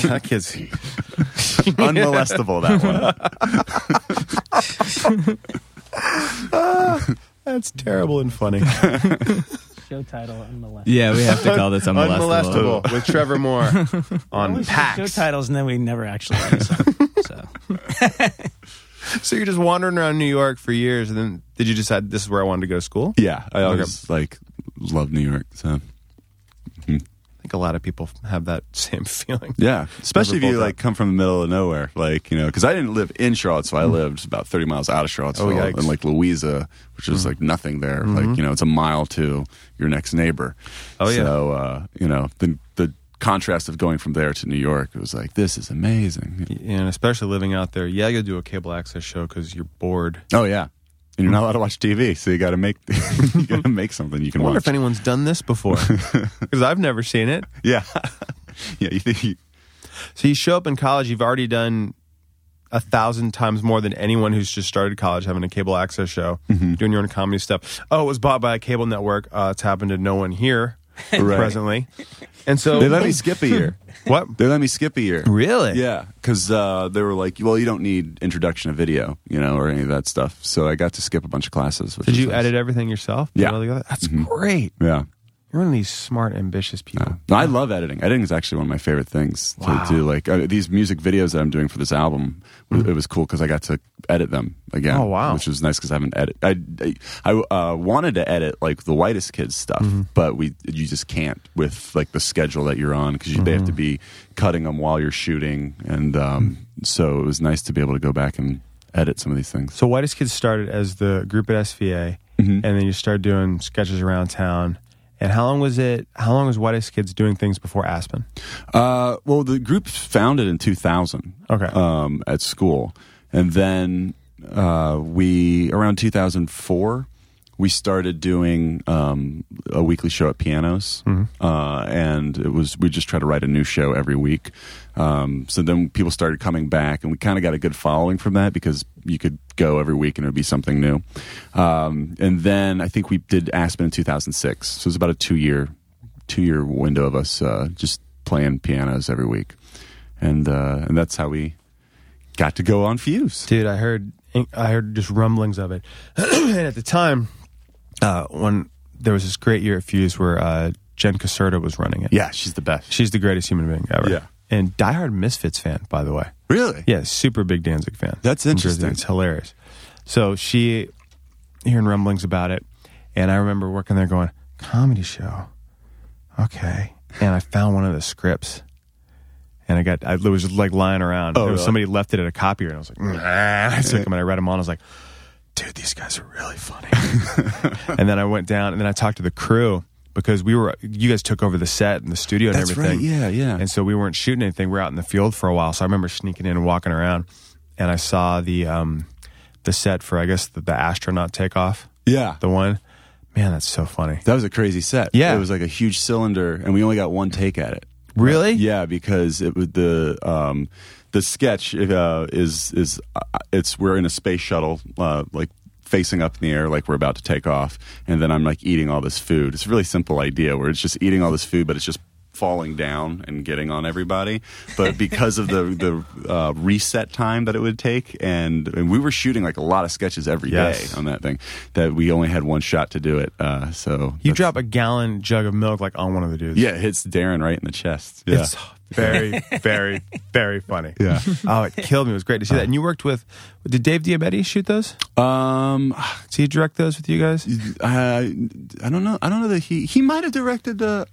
[SPEAKER 4] that kid's unmolestable. That one.
[SPEAKER 2] That's terrible and funny.
[SPEAKER 1] Show title unmolestable.
[SPEAKER 3] Yeah, we have to call this unmolestable.
[SPEAKER 2] Unmolestable with Trevor Moore on
[SPEAKER 1] Show
[SPEAKER 2] PAX.
[SPEAKER 1] titles, and then we never actually end some, so.
[SPEAKER 2] So you're just wandering around New York for years, and then did you decide this is where I wanted to go to school?
[SPEAKER 4] Yeah, I
[SPEAKER 2] Okay.
[SPEAKER 4] always like love New York. So
[SPEAKER 2] I think a lot of people have that same feeling.
[SPEAKER 4] yeah, especially if
[SPEAKER 2] Never
[SPEAKER 4] you
[SPEAKER 2] pulled
[SPEAKER 4] like
[SPEAKER 2] up.
[SPEAKER 4] come from the middle of nowhere, like you know, because I didn't live in Charlottesville. I lived about thirty miles out of Charlottesville,
[SPEAKER 2] Mm. Oh, yikes. Mm. Mm-hmm.
[SPEAKER 4] in like Louisa, which is like nothing there. Like you know, it's a mile to your next neighbor.
[SPEAKER 2] Oh, yeah.
[SPEAKER 4] So uh, you know the the contrast of going from there to New York it was like this is amazing.
[SPEAKER 2] And especially living out there, yeah, you'll do a cable access show because you're bored.
[SPEAKER 4] Oh yeah, and you're not allowed to watch TV, so you got to make you got to make something you
[SPEAKER 2] I
[SPEAKER 4] can
[SPEAKER 2] wonder
[SPEAKER 4] watch.
[SPEAKER 2] if anyone's done this before because I've never seen it.
[SPEAKER 4] yeah, yeah. You think you,
[SPEAKER 2] So you show up in college, you've already done a thousand times more than anyone who's just started college having a cable access show,
[SPEAKER 4] Mm-hmm.
[SPEAKER 2] doing your own comedy stuff. Oh, it was bought by a cable network. Uh, it's happened to no one here
[SPEAKER 4] Right.
[SPEAKER 2] presently. And so,
[SPEAKER 4] they let me skip a year.
[SPEAKER 2] what?
[SPEAKER 4] They let me skip a year.
[SPEAKER 2] Really?
[SPEAKER 4] Yeah, because uh, they were like, well, you don't need introduction of video, you know, or any of that stuff. So I got to skip a bunch of classes. Which
[SPEAKER 2] Did
[SPEAKER 4] was
[SPEAKER 2] you
[SPEAKER 4] nice.
[SPEAKER 2] edit everything yourself?
[SPEAKER 4] Yeah.
[SPEAKER 2] Put
[SPEAKER 4] Mm-hmm.
[SPEAKER 2] it all together? That's great.
[SPEAKER 4] Yeah.
[SPEAKER 2] You're one of these smart, ambitious people.
[SPEAKER 4] No, I love editing. Editing is actually one of my favorite things to do. Like uh, these music videos that I'm doing for this album, it was cool because I got to edit them again.
[SPEAKER 2] Oh, wow.
[SPEAKER 4] Which was nice because I haven't edit. I I, I, uh, wanted to edit like the whitest kids stuff, but we you just can't with like the schedule that you're on because they have to be cutting them while you're shooting, and um, so it was nice to be able to go back and edit some of these things.
[SPEAKER 2] So Whitest Kids started as the group at SVA,
[SPEAKER 4] Mm-hmm.
[SPEAKER 2] and then you started doing sketches around town. And how long was it? How long was Whitest Kids doing things before Aspen?
[SPEAKER 4] Uh, well, the group's founded in 2000.
[SPEAKER 2] Okay.
[SPEAKER 4] Um, at uh, school, and then uh, we around 2004 we started doing um, a weekly show at Pianos, uh, and it was we just try to write a new show every week. Um, so then people started coming back, and we kind of got a good following from that because you could go every week and it would be something new. Um, and then I think we did Aspen in 2006, so it was about a two year two year window of us uh, just playing pianos every week, and uh, and that's how we got to go on Fuse.
[SPEAKER 2] dude i heard i heard just rumblings of it and at the time uh when there was this great year at fuse where uh jen caserta was running it
[SPEAKER 4] Yeah, she's the best.
[SPEAKER 2] she's the greatest human being ever
[SPEAKER 4] Yeah.
[SPEAKER 2] and diehard misfits fan by the way
[SPEAKER 4] Really?
[SPEAKER 2] yeah super big danzig fan
[SPEAKER 4] That's
[SPEAKER 2] From Jersey.
[SPEAKER 4] interesting.
[SPEAKER 2] it's hilarious so she hearing rumblings about it and i remember working there going comedy show okay and i found one of the scripts and I got, I it was just like lying around.
[SPEAKER 4] Oh,
[SPEAKER 2] there was
[SPEAKER 4] really?
[SPEAKER 2] somebly left it at a copier, and I was like, nah. I took them and I read them all. And I was like, dude, these guys are really funny. and then I went down, and then I talked to the crew because we were, you guys took over the set and the studio and
[SPEAKER 4] That's
[SPEAKER 2] everything.
[SPEAKER 4] right. Yeah, yeah.
[SPEAKER 2] And so we weren't shooting anything. We were out in the field for a while. So I remember sneaking in and walking around, and I saw the um, the set for I guess the, the astronaut takeoff,
[SPEAKER 4] Yeah.
[SPEAKER 2] the one. Man, that's so funny.
[SPEAKER 4] That was a crazy set.
[SPEAKER 2] Yeah.
[SPEAKER 4] It was like a huge cylinder, and we only got one take at it.
[SPEAKER 2] Really?
[SPEAKER 4] Yeah, because it was the um, the sketch uh, is is uh, it's we're in a space shuttle uh, like facing up in the air like we're about to take off, and then I'm like eating all this food. It's a really simple idea where it's just eating all this food, but it's just falling down and getting on everybody but because of the the uh, reset time that it would take and, and we were shooting like a lot of sketches every day
[SPEAKER 2] Yes.
[SPEAKER 4] on that thing that we only had one shot to do it uh, so
[SPEAKER 2] You
[SPEAKER 4] that's-
[SPEAKER 2] drop a gallon jug of milk like on one of the dudes.
[SPEAKER 4] yeah, it hits Darren right in the chest. Yeah.
[SPEAKER 2] It's very, very, very funny.
[SPEAKER 4] Yeah.
[SPEAKER 2] Oh, it killed me. It was great to see that. And you worked with, did Dave Diabetti shoot those?
[SPEAKER 4] um,
[SPEAKER 2] Did he direct those with you guys?
[SPEAKER 4] I, I don't know. I don't know that he he might have directed the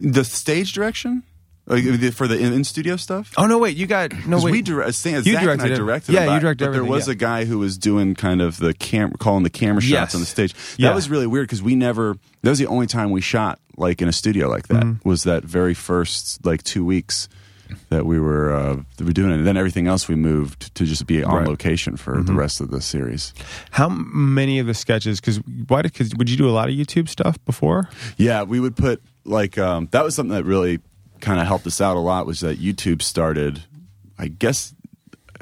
[SPEAKER 4] the stage direction like, the- for the in, in studio stuff.
[SPEAKER 2] Oh, no, wait. You got, no,
[SPEAKER 4] 'Cause
[SPEAKER 2] wait.
[SPEAKER 4] we direct, Zach
[SPEAKER 2] You
[SPEAKER 4] and I
[SPEAKER 2] directed it.
[SPEAKER 4] directed
[SPEAKER 2] Yeah,
[SPEAKER 4] them,
[SPEAKER 2] you
[SPEAKER 4] but-
[SPEAKER 2] directed
[SPEAKER 4] But there
[SPEAKER 2] everything,
[SPEAKER 4] was
[SPEAKER 2] yeah.
[SPEAKER 4] a guy who was doing kind of the cam, calling the camera shots
[SPEAKER 2] Yes.
[SPEAKER 4] on the stage. That
[SPEAKER 2] Yeah.
[SPEAKER 4] was really weird because we never. That was the only time we shot like in a studio like that.
[SPEAKER 2] Mm-hmm.
[SPEAKER 4] Was that very first like two weeks that we were uh, that we were doing it, and then everything else we moved to just be on
[SPEAKER 2] Right. Mm-hmm.
[SPEAKER 4] location for the rest of the series.
[SPEAKER 2] How many of the sketches, because why did, cause would you do a lot of YouTube stuff before?
[SPEAKER 4] Yeah, we would put like um, that was something that really kind of helped us out a lot was that YouTube started. I guess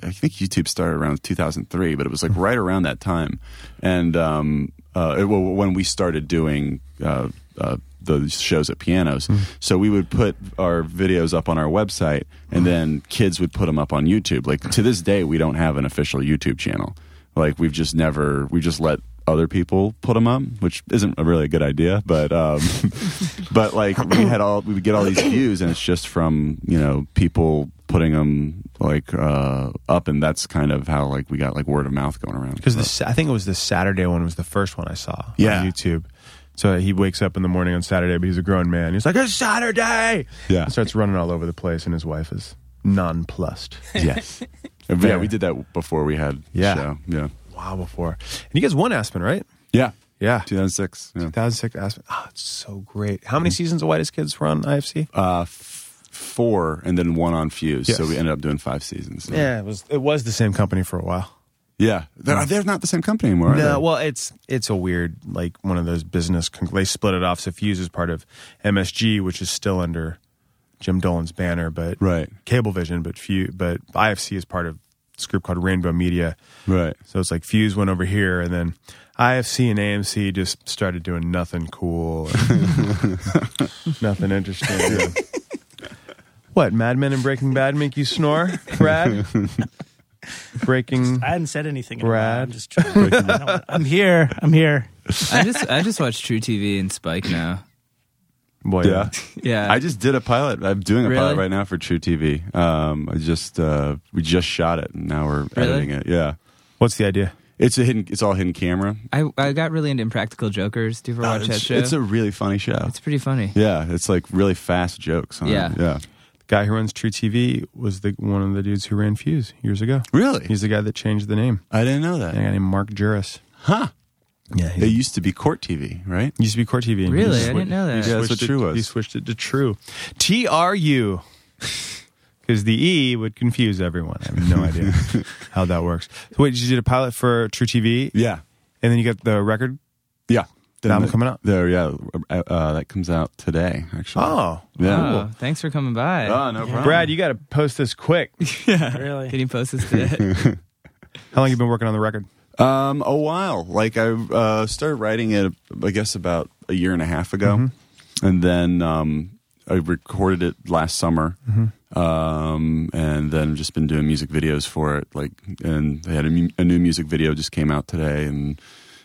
[SPEAKER 4] I think YouTube started around 2003, but it was like right around that time, and um, uh, it, well, when we started doing. Uh, uh, the shows at pianos. So we would put our videos up on our website and then kids would put them up on YouTube. Like to this day, we don't have an official YouTube channel. Like we've just never, we just let other people put them up, which isn't a really good idea. But um, but like we had all we would get all these views, and it's just from you know people putting them like uh, up, and that's kind of how like we got like word of mouth going around.
[SPEAKER 2] Because I think it was the Saturday one was the first one I saw
[SPEAKER 4] Yeah.
[SPEAKER 2] on YouTube. So he wakes up in the morning on Saturday, but he's a grown man. He's like, it's Saturday.
[SPEAKER 4] Yeah.
[SPEAKER 2] And starts running all over the place, and his wife is nonplussed.
[SPEAKER 4] yes, yeah,
[SPEAKER 2] Fair.
[SPEAKER 4] we did that before we had
[SPEAKER 2] Yeah.
[SPEAKER 4] show. yeah,
[SPEAKER 2] wow, before. And you guys won Aspen, right?
[SPEAKER 4] yeah,
[SPEAKER 2] Yeah.
[SPEAKER 4] two thousand six. Yeah.
[SPEAKER 2] 2006 Aspen. Oh, it's so great. How many seasons of Whitest Kids were on IFC?
[SPEAKER 4] Uh, f- four, and then one on Fuse.
[SPEAKER 2] Yes.
[SPEAKER 4] So we ended up doing five seasons.
[SPEAKER 2] yeah, it was it was the same company for a while.
[SPEAKER 4] yeah. They're, they're not the same company anymore. Are
[SPEAKER 2] No,
[SPEAKER 4] they?
[SPEAKER 2] well, it's it's a weird like one of those business. Con- they split it off. So Fuse is part of MSG, which is still under Jim Dolan's banner, but
[SPEAKER 4] Right.
[SPEAKER 2] Cablevision, but Fuse, but IFC is part of this group called Rainbow Media.
[SPEAKER 4] right.
[SPEAKER 2] So it's like Fuse went over here, and then IFC and AMC just started doing nothing cool, and nothing interesting. What Mad Men and Breaking Bad make you snore, Brad? Breaking.
[SPEAKER 1] I hadn't said anything. in a while.
[SPEAKER 2] Brad.
[SPEAKER 1] I'm just trying. I don't- I'm here. I'm here.
[SPEAKER 3] I just I just watch True TV and Spike now.
[SPEAKER 2] Boy,
[SPEAKER 4] Yeah.
[SPEAKER 3] Yeah.
[SPEAKER 4] I just did a pilot. I'm doing a
[SPEAKER 3] Really?
[SPEAKER 4] pilot right now for True TV. Um, I just uh, we just shot it and now we're
[SPEAKER 3] Really?
[SPEAKER 4] editing it. Yeah.
[SPEAKER 2] What's the idea?
[SPEAKER 4] It's a hidden it's all hidden camera. Uh,
[SPEAKER 3] I, I got really into Impractical Jokers. Do you ever watch that
[SPEAKER 4] it's,
[SPEAKER 3] show?
[SPEAKER 4] it's a really funny show.
[SPEAKER 3] It's pretty funny.
[SPEAKER 4] Yeah, it's like really fast jokes on
[SPEAKER 3] Yeah.
[SPEAKER 4] it. Yeah.
[SPEAKER 2] guy who runs True TV was the one of the dudes who ran Fuse years ago.
[SPEAKER 4] Really?
[SPEAKER 2] He's the guy that changed the name.
[SPEAKER 4] I didn't know
[SPEAKER 2] A guy
[SPEAKER 4] that.
[SPEAKER 2] named Mark Juris.
[SPEAKER 4] Huh.
[SPEAKER 2] Yeah,
[SPEAKER 4] It
[SPEAKER 2] he
[SPEAKER 4] used to be court TV, right?
[SPEAKER 2] used to be Court TV. And he
[SPEAKER 3] Really?
[SPEAKER 2] swi-
[SPEAKER 3] I didn't know that.
[SPEAKER 2] he
[SPEAKER 4] Yeah, that's
[SPEAKER 2] switched
[SPEAKER 4] what True
[SPEAKER 2] it,
[SPEAKER 4] was.
[SPEAKER 2] He switched it to True. T R U. Because the E would confuse everyone. I have no idea how that works. So wait, you did a pilot for True TV,
[SPEAKER 4] Yeah.
[SPEAKER 2] and then you got the record
[SPEAKER 4] Yeah.
[SPEAKER 2] The album coming out?
[SPEAKER 4] There, yeah, uh, uh, that comes out today. Actually,
[SPEAKER 2] Oh.
[SPEAKER 4] yeah.
[SPEAKER 3] Oh, thanks for coming by.
[SPEAKER 4] Oh, no problem.
[SPEAKER 2] Brad, you got to post this quick.
[SPEAKER 1] Really?
[SPEAKER 3] Can you post this today?
[SPEAKER 2] How long you been working on the record?
[SPEAKER 4] Um, a while. Like I uh, started writing it, I guess, about a year and a half ago, and then um, I recorded it last summer, um, and then just been doing music videos for it. Like, and they had a, mu- a new music video just came out today, and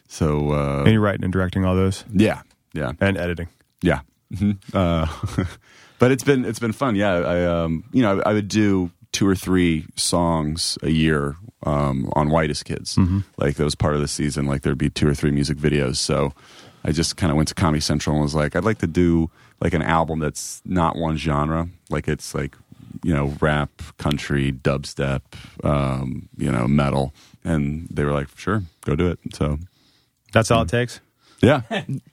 [SPEAKER 4] so uh,
[SPEAKER 2] And you're writing and directing all those
[SPEAKER 4] yeah, yeah,
[SPEAKER 2] and editing.
[SPEAKER 4] yeah. Mhm. Uh, but it's been it's been fun. Yeah, I um, you know I, I would do two or three songs a year um, on Whitest Kids. Like that was part of the season. Like there'd be two or three music videos. So I just kind of went to Comedy Central and was like, I'd like to do like an album that's not one genre. Like it's like you know rap, country, dubstep, um, you know metal. And they were like, sure, go do it. So
[SPEAKER 2] That's all it
[SPEAKER 4] Mm.
[SPEAKER 2] takes.
[SPEAKER 4] yeah,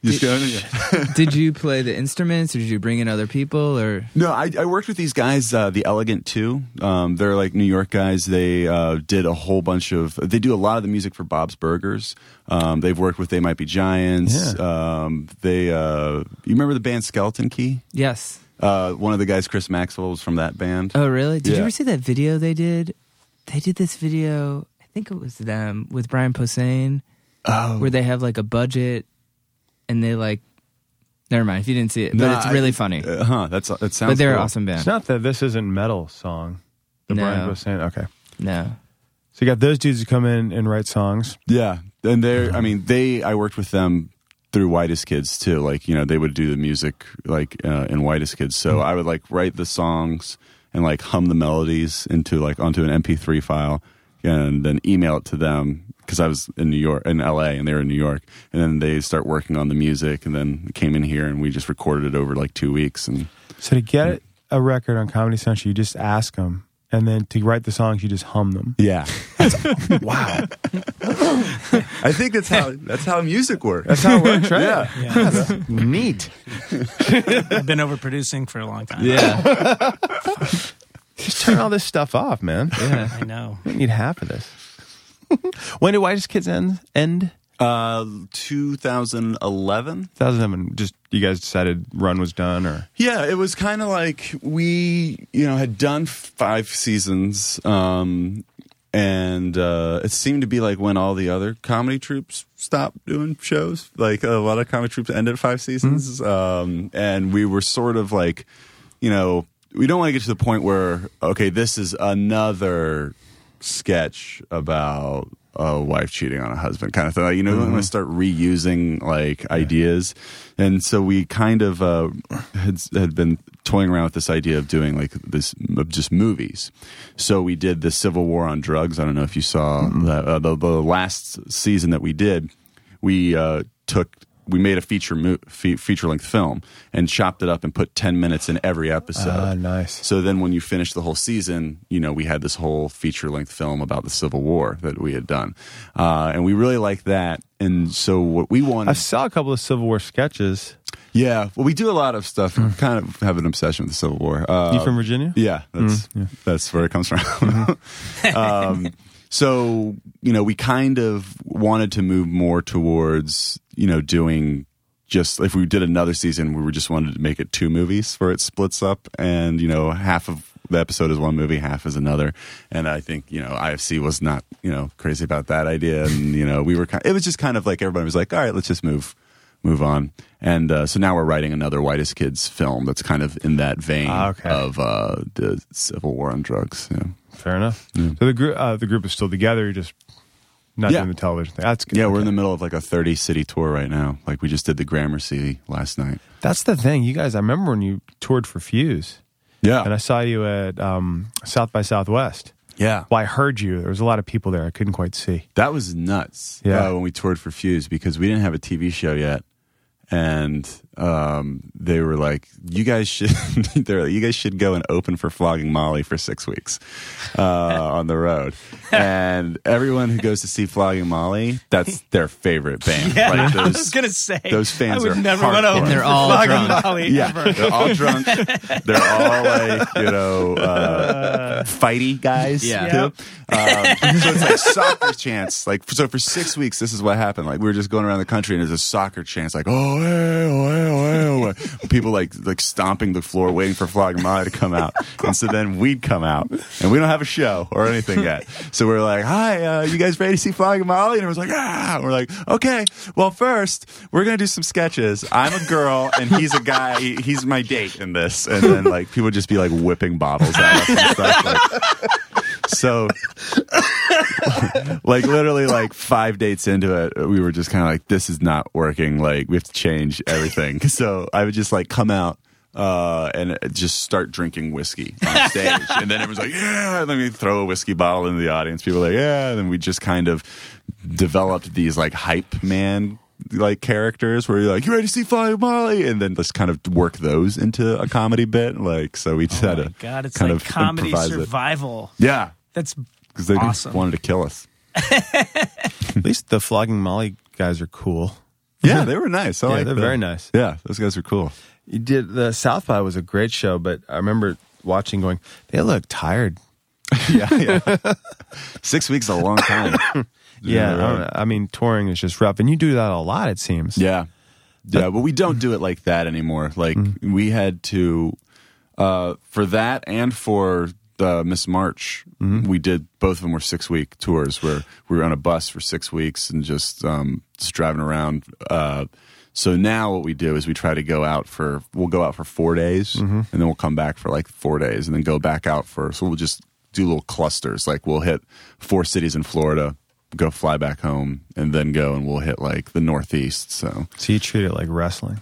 [SPEAKER 4] just go. Yeah.
[SPEAKER 3] did you play the instruments or did you bring in other people or
[SPEAKER 4] No, I, I worked with these guys, uh, the Elegant Two. Um, they're like New York guys. They uh, did a whole bunch of. They do a lot of the music for Bob's Burgers. Um, they've worked with They Might Be Giants. Um, they. Uh, you remember the band Skeleton Key?
[SPEAKER 3] Yes.
[SPEAKER 4] Uh, one of the guys, Chris Maxwell, was from that band.
[SPEAKER 3] Oh, really? Did you
[SPEAKER 4] Yeah.
[SPEAKER 3] ever see that video they did? They did this video, I think it was them with Brian Posehn,
[SPEAKER 4] Oh.
[SPEAKER 3] where they have like a budget and they like. Never mind if you didn't see it, but
[SPEAKER 4] Nah,
[SPEAKER 3] it's
[SPEAKER 4] I-
[SPEAKER 3] really funny.
[SPEAKER 4] Uh, huh. That's that sounds.
[SPEAKER 3] but they're
[SPEAKER 4] cool.
[SPEAKER 3] awesome band.
[SPEAKER 2] It's not that this isn't metal song. The
[SPEAKER 3] No.
[SPEAKER 2] Brian was saying. Okay.
[SPEAKER 3] no.
[SPEAKER 2] So you got those dudes who come in and write songs.
[SPEAKER 4] Yeah, and they're. I mean, they. I worked with them through Whitest Kids too. Like you know, they would do the music like uh, in Whitest Kids. So I would like write the songs and like hum the melodies into like onto an MP3 file, and then email it to them because I was in New York, in LA, and they were in New York. And then they start working on the music, and then it came in here, and we just recorded it over like two weeks. And
[SPEAKER 2] So to get a record on Comedy Central, you just ask them, and then to write the songs, you just hum them.
[SPEAKER 4] yeah, wow. I think that's how that's how music works.
[SPEAKER 2] That's how it works, right?
[SPEAKER 4] Yeah.
[SPEAKER 2] Neat.
[SPEAKER 1] I've been overproducing for a long time.
[SPEAKER 3] Yeah.
[SPEAKER 2] Just turn all this stuff off, man.
[SPEAKER 3] yeah.
[SPEAKER 1] I know.
[SPEAKER 2] don't need half of this. when did Whitest Kids end? End
[SPEAKER 4] Uh, 2011.
[SPEAKER 2] 2007. Just you guys decided Run was done, or
[SPEAKER 4] Yeah, it was kind of like we, you know, had done five seasons, um, and uh, it seemed to be like when all the other comedy troops stopped doing shows. Like a lot of comedy troops ended five seasons, um, and we were sort of like, you know, we don't want to get to the point where okay, this is another sketch about a wife cheating on a husband kind of thing. Like, you know, we want to start reusing like ideas. And so we kind of uh, had, had been toying around with this idea of doing like this, of just movies. So we did the Civil War on Drugs. I don't know if you saw that, uh, the, the last season that we did, we uh, took. We made a feature mo- fe- feature length film and chopped it up and put ten minutes in every episode.
[SPEAKER 2] Ah, nice.
[SPEAKER 4] So then when you finish the whole season, you know, we had this whole feature length film about the Civil War that we had done. Uh, and we really liked that. And so what we wanted.
[SPEAKER 2] I saw a couple of Civil War sketches.
[SPEAKER 4] yeah. Well, we do a lot of stuff. kind of have an obsession with the Civil War. Uh,
[SPEAKER 2] you from Virginia?
[SPEAKER 4] yeah, that's that's where it comes from. um, so you know, we kind of wanted to move more towards you know doing just if we did another season, we were just wanted to make it two movies where it splits up, and you know, half of the episode is one movie, half is another. And I think you know, IFC was not you know crazy about that idea, and you know, we were kind. It was just kind of like everybody was like, all right, let's just move. Move on, and uh, so now we're writing another Whitest Kids film that's kind of in that vein
[SPEAKER 2] Ah, okay.
[SPEAKER 4] of uh, the Civil War on drugs. Yeah,
[SPEAKER 2] Fair enough. So the group, uh, the group is still together. You're just not
[SPEAKER 4] Yeah.
[SPEAKER 2] doing the television thing. That's good.
[SPEAKER 4] yeah we're in the middle of like a 30 city tour right now. Like we just did the Gramercy last night.
[SPEAKER 2] That's the thing, you guys. I remember when you toured for Fuse,
[SPEAKER 4] Yeah,
[SPEAKER 2] and I saw you at um, South by Southwest.
[SPEAKER 4] yeah,
[SPEAKER 2] Well, I heard you. There was a lot of people there. I couldn't quite see.
[SPEAKER 4] that was nuts.
[SPEAKER 2] Yeah.
[SPEAKER 4] uh, when we toured for Fuse because we didn't have a TV show yet, and um, they were like, "You guys should." they're like, "You guys should go and open for flogging Molly for six weeks uh, on the road." And everyone who goes to see flogging Molly, that's their favorite band.
[SPEAKER 1] Yeah,
[SPEAKER 4] Like,
[SPEAKER 1] I
[SPEAKER 4] those-
[SPEAKER 1] was gonna say
[SPEAKER 4] those fans
[SPEAKER 1] I would
[SPEAKER 4] are
[SPEAKER 1] never run
[SPEAKER 4] hardcore.
[SPEAKER 1] over.
[SPEAKER 4] And
[SPEAKER 3] they're all
[SPEAKER 1] Flogging
[SPEAKER 3] drunk.
[SPEAKER 1] Molly
[SPEAKER 4] yeah,
[SPEAKER 1] ever.
[SPEAKER 4] they're all drunk. They're all like you know uh, fighty guys.
[SPEAKER 3] Yeah.
[SPEAKER 4] too. Um, so it's like soccer chants. Like so for six weeks, this is what happened. Like we were just going around the country, and there's a soccer chants. Like oh, hey, oh, hey, oh, hey, oh. people like like stomping the floor, waiting for Flogging Molly to come out. And so then we'd come out, and we don't have a show or anything yet. So we're like, hi, uh, you guys ready to see Flogging Molly? And everyone's like, ah. And we're like, okay. Well, first we're gonna do some sketches. I'm a girl, and he's a guy. He- He's my date in this. And then like people just be like whipping bottles at us and stuff. Like, so like literally like five dates into it we were just kind of like this is not working like we have to change everything so i would just like come out uh, and just start drinking whiskey on stage and then everyone's like yeah and then we throw a whiskey bottle into the audience people are like yeah and then we just kind of developed these like hype man like characters where you're like you ready to see Flying Molly and then just kind of work those into a comedy bit like so we just
[SPEAKER 1] Oh
[SPEAKER 4] had
[SPEAKER 1] my
[SPEAKER 4] to
[SPEAKER 1] god, it's
[SPEAKER 4] kind
[SPEAKER 1] like
[SPEAKER 4] of
[SPEAKER 1] comedy
[SPEAKER 4] improvise it.
[SPEAKER 1] survival.
[SPEAKER 4] yeah
[SPEAKER 1] That's
[SPEAKER 4] because they just
[SPEAKER 1] awesome.
[SPEAKER 4] wanted to kill us
[SPEAKER 2] At least the flogging Molly guys are cool.
[SPEAKER 4] Yeah, they were nice. I
[SPEAKER 2] Yeah,
[SPEAKER 4] like
[SPEAKER 2] they're
[SPEAKER 4] them.
[SPEAKER 2] very nice.
[SPEAKER 4] Yeah, those guys were cool.
[SPEAKER 2] You did the South by was a great show, but I remember watching going, they look tired.
[SPEAKER 4] Yeah, yeah. Six weeks is a long time.
[SPEAKER 2] Yeah, I, don't know. I mean touring is just rough, and you do that a lot. It seems.
[SPEAKER 4] yeah, yeah. But we don't do it like that anymore. Like we had to uh, for that and for the Miss March, we did both of them were six week tours where we were on a bus for six weeks and just um, just driving around. Uh, so now what we do is we try to go out for we'll go out for four days and then we'll come back for like four days and then go back out for so we'll just do little clusters like we'll hit four cities in Florida, go fly back home, and then go and we'll hit like the Northeast. So
[SPEAKER 2] So you treat it like wrestling.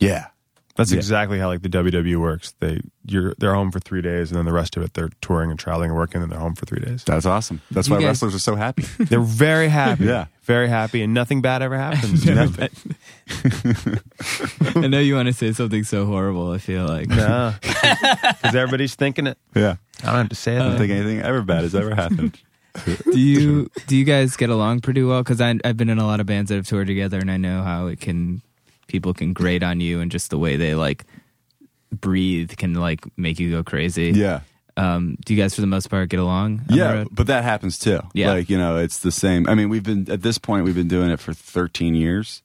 [SPEAKER 4] yeah,
[SPEAKER 2] That's
[SPEAKER 4] Yeah.
[SPEAKER 2] exactly how like the WWE works. They you're they're home for three days, and then the rest of it they're touring and traveling and working, and they're home for three days.
[SPEAKER 4] that's awesome. That's
[SPEAKER 3] You
[SPEAKER 4] why
[SPEAKER 3] guys-
[SPEAKER 4] wrestlers are so happy.
[SPEAKER 2] They're very happy.
[SPEAKER 4] Yeah.
[SPEAKER 2] very happy, and nothing bad ever happens.
[SPEAKER 4] Nothing.
[SPEAKER 3] I know you want to say something so horrible. I feel like
[SPEAKER 2] because everybody's thinking it.
[SPEAKER 4] Yeah.
[SPEAKER 2] I don't have to say it.
[SPEAKER 4] I don't think anything ever bad has ever happened.
[SPEAKER 3] do you do you guys get along pretty well? Because I've been in a lot of bands that have toured together, and I know how it can people can grade on you, and just the way they like breathe can like make you go crazy.
[SPEAKER 4] yeah.
[SPEAKER 3] Um, do you guys, for the most part, get along? on the
[SPEAKER 4] Yeah,
[SPEAKER 3] road?
[SPEAKER 4] but that happens too.
[SPEAKER 3] Yeah.
[SPEAKER 4] Like, you know, it's the same. I mean, we've been at this point we've been doing it for 13 years.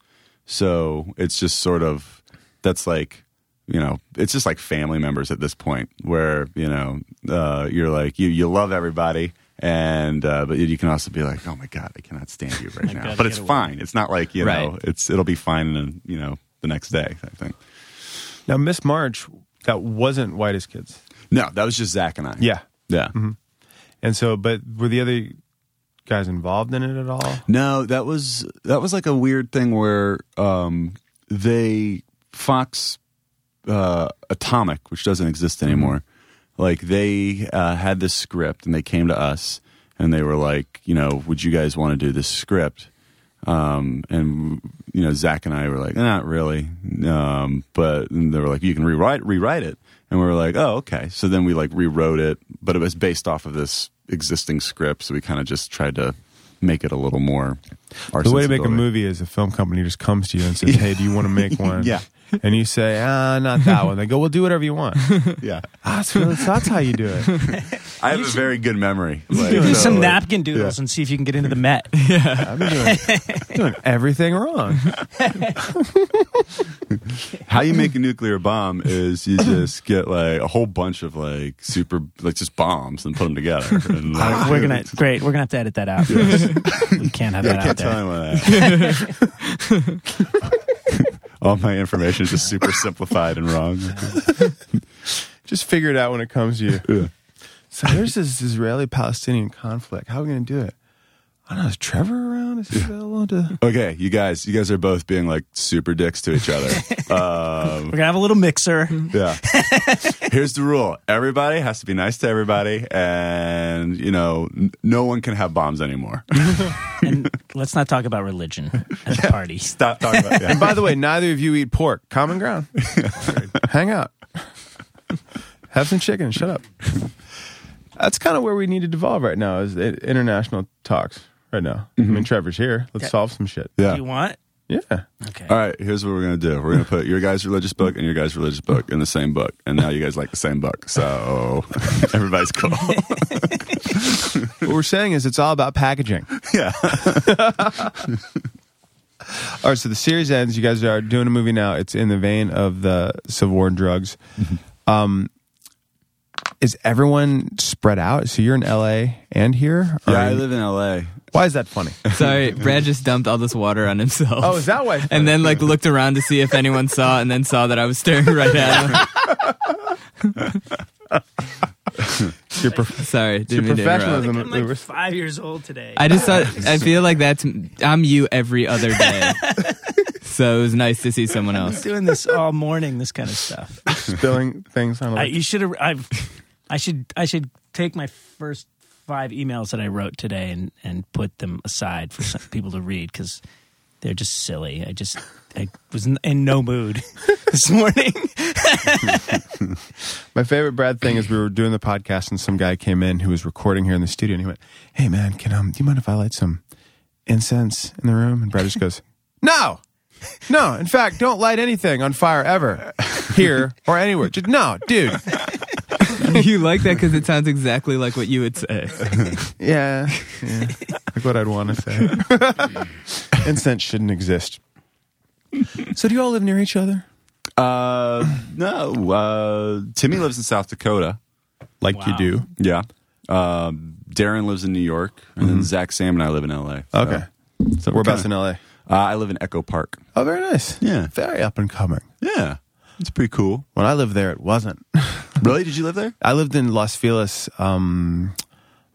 [SPEAKER 4] So, it's just sort of that's like, you know, it's just like family members at this point where, you know, uh, you're like you you love everybody and uh, but you can also be like, "Oh my god, I cannot stand you right now."
[SPEAKER 1] gotta
[SPEAKER 4] But it's
[SPEAKER 1] get away.
[SPEAKER 4] fine. It's not like, you know,
[SPEAKER 3] Right.
[SPEAKER 4] it's it'll be fine and you know, the next day, I think.
[SPEAKER 2] Now Miss March, that wasn't White as Kids.
[SPEAKER 4] No, that was just Zach and I.
[SPEAKER 2] Yeah,
[SPEAKER 4] Yeah.
[SPEAKER 2] and so but were the other guys involved in it at all?
[SPEAKER 4] No, that was that was like a weird thing where um, they Fox uh, Atomic, which doesn't exist
[SPEAKER 2] Mm-hmm.
[SPEAKER 4] anymore, like they uh, had this script and they came to us and they were like, you know, would you guys want to do this script? Um, and you know, Zach and I were like, not really. Um, but and they were like, you can rewrite rewrite it, and we were like, oh, okay. So then we like rewrote it, but it was based off of this existing script, so we kind of just tried to make it a little more. Our
[SPEAKER 2] The way to make a
[SPEAKER 4] sensibility.
[SPEAKER 2] movie is a film company just comes to you and says, "Hey, do you want to make one?"
[SPEAKER 4] Yeah.
[SPEAKER 2] and you say, "Ah, not that one." They go, "Well, do whatever you want."
[SPEAKER 4] yeah.
[SPEAKER 2] ah, so that's, that's how you do it.
[SPEAKER 4] I have a very good memory. Like,
[SPEAKER 1] do
[SPEAKER 4] so,
[SPEAKER 1] some
[SPEAKER 4] like-
[SPEAKER 1] napkin doodles and see if you can get into the Met.
[SPEAKER 2] I've been doing, doing everything wrong.
[SPEAKER 4] How you make a nuclear bomb is you just get like a whole bunch of like super like just bombs and put them together. And, like,
[SPEAKER 1] we're gonna great. We're gonna have to edit that out. we can't have
[SPEAKER 4] Yeah, I
[SPEAKER 1] that out
[SPEAKER 4] can't
[SPEAKER 1] there.
[SPEAKER 4] tell anyone that. All my information is just super simplified and wrong.
[SPEAKER 2] Just figure it out when it comes to you.
[SPEAKER 4] Yeah.
[SPEAKER 2] So there's this Israeli-Palestinian conflict. How are we going to do it? I don't know. Is Trevor around? Is he available to?
[SPEAKER 4] Okay, you guys, you guys are both being like super dicks to each other. um,
[SPEAKER 1] We're gonna have a little mixer.
[SPEAKER 4] yeah. Here's the rule: everybody has to be nice to everybody, and you know, n- no one can have bombs anymore.
[SPEAKER 1] and let's not talk about religion at a party.
[SPEAKER 4] Stop talking about. Yeah.
[SPEAKER 2] And by the way, neither of you eat pork. Common ground. Hang out. Have some chicken. Shut up. That's kind of where we need to devolve right now is i- international talks right now. I mean, Trevor's here. Let's
[SPEAKER 1] Yeah.
[SPEAKER 2] solve some shit.
[SPEAKER 4] Yeah.
[SPEAKER 1] Do you want?
[SPEAKER 2] Yeah.
[SPEAKER 1] Okay.
[SPEAKER 4] All right, here's what we're gonna do. We're gonna put your guys' religious book and your guys' religious book in the same book, and now you guys like the same book, so everybody's cool.
[SPEAKER 2] what we're saying is it's all about packaging. Yeah. all right. So the series ends. You guys are doing a movie now. It's in the vein of the Civil War and drugs. Um, is everyone spread out? So you're in L.A. and here. Or-
[SPEAKER 4] yeah, I live in L.A.
[SPEAKER 2] Why is that funny?
[SPEAKER 3] Sorry, Brad just dumped all this water on himself.
[SPEAKER 2] Oh, is that why?
[SPEAKER 3] and then like looked around to see if anyone saw, and then saw that I was staring right at him.
[SPEAKER 2] It's your prof-
[SPEAKER 3] Sorry, didn't
[SPEAKER 2] your
[SPEAKER 3] mean to interrupt.
[SPEAKER 2] professionalism.
[SPEAKER 1] I'm like five years old today.
[SPEAKER 3] I just thought I feel like that's I'm you every other day. so it was nice to see someone
[SPEAKER 1] I'm
[SPEAKER 3] else.
[SPEAKER 1] doing this all morning. This kind of stuff.
[SPEAKER 2] spilling things on. A
[SPEAKER 1] I, you should have. I've. I should. I should take my first five emails that I wrote today and and put them aside for some people to read because they're just silly. I just. I was in, in no mood this morning.
[SPEAKER 2] My favorite Brad thing is we were doing the podcast and some guy came in who was recording here in the studio and he went, "Hey man, can um, do you mind if I light some incense in the room?" And Brad just goes, "No, no. In fact, don't light anything on fire ever here or anywhere. Just no, dude.
[SPEAKER 3] you like that because it sounds exactly like what you would say.
[SPEAKER 2] Yeah, yeah. like what I'd want to say. incense shouldn't exist." So do you all live near each other?
[SPEAKER 4] Uh, no, uh, Timmy lives in South Dakota.
[SPEAKER 2] Like you
[SPEAKER 1] Wow.
[SPEAKER 2] do.
[SPEAKER 4] Yeah. Mm-hmm. Um, Darren lives in New York, and then Zach, Sam, and I live in L.A. So,
[SPEAKER 2] Okay. So we're about in LA.
[SPEAKER 4] Uh, I live in Echo Park.
[SPEAKER 2] Oh, very nice.
[SPEAKER 4] Yeah.
[SPEAKER 2] Very up and coming.
[SPEAKER 4] Yeah, it's pretty cool.
[SPEAKER 2] When I lived there, it wasn't.
[SPEAKER 4] Really? Did you live there?
[SPEAKER 2] I lived in Los Feliz, um,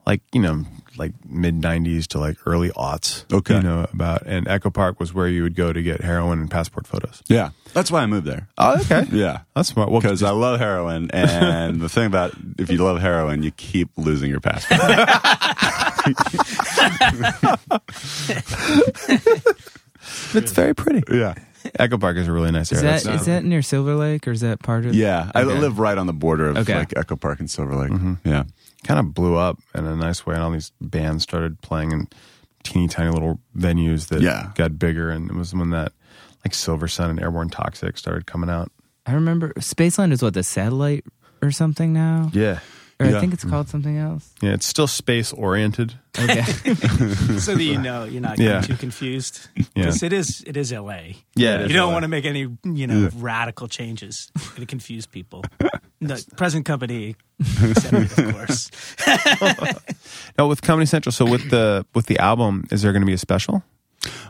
[SPEAKER 2] like you know, like mid '90s to like early aughts.
[SPEAKER 4] Okay.
[SPEAKER 2] you know about and Echo Park was where you would go to get heroin and passport photos.
[SPEAKER 4] Yeah, that's why I moved there.
[SPEAKER 2] Oh, okay,
[SPEAKER 4] Yeah.
[SPEAKER 2] that's smart. Well,
[SPEAKER 4] Because I love heroin, and the thing about if you love heroin, you keep losing your passport.
[SPEAKER 2] it's very pretty.
[SPEAKER 4] yeah,
[SPEAKER 2] Echo Park is a really nice
[SPEAKER 3] Is
[SPEAKER 2] area.
[SPEAKER 3] that is that near Silver Lake or is that part of?
[SPEAKER 4] yeah. I
[SPEAKER 3] Okay.
[SPEAKER 4] live right on the border of
[SPEAKER 3] Okay.
[SPEAKER 4] like Echo Park and Silver Lake.
[SPEAKER 2] Mm-hmm.
[SPEAKER 4] Yeah,
[SPEAKER 2] kind of blew up in a nice way, and all these bands started playing in teeny tiny little venues that
[SPEAKER 4] Yeah.
[SPEAKER 2] got bigger, and it was when that like Silver Sun and Airborne Toxic started coming out.
[SPEAKER 3] I remember Spaceland is what the satellite or something now,
[SPEAKER 2] Yeah,
[SPEAKER 3] or
[SPEAKER 4] Yeah.
[SPEAKER 3] I think it's called something else.
[SPEAKER 2] yeah, it's still space oriented.
[SPEAKER 3] Okay,
[SPEAKER 1] so that you know you're not
[SPEAKER 2] Yeah.
[SPEAKER 1] getting too confused.
[SPEAKER 2] Yeah.
[SPEAKER 1] Because it is it is LA.
[SPEAKER 2] Yeah, it
[SPEAKER 1] You
[SPEAKER 2] is
[SPEAKER 1] don't
[SPEAKER 2] LA.
[SPEAKER 1] want to make any, you know, radical changes. It's gonna confuse people. The present company accepted, of course.
[SPEAKER 2] Now Oh, with Comedy Central, so with the with the album, is there going to be a special?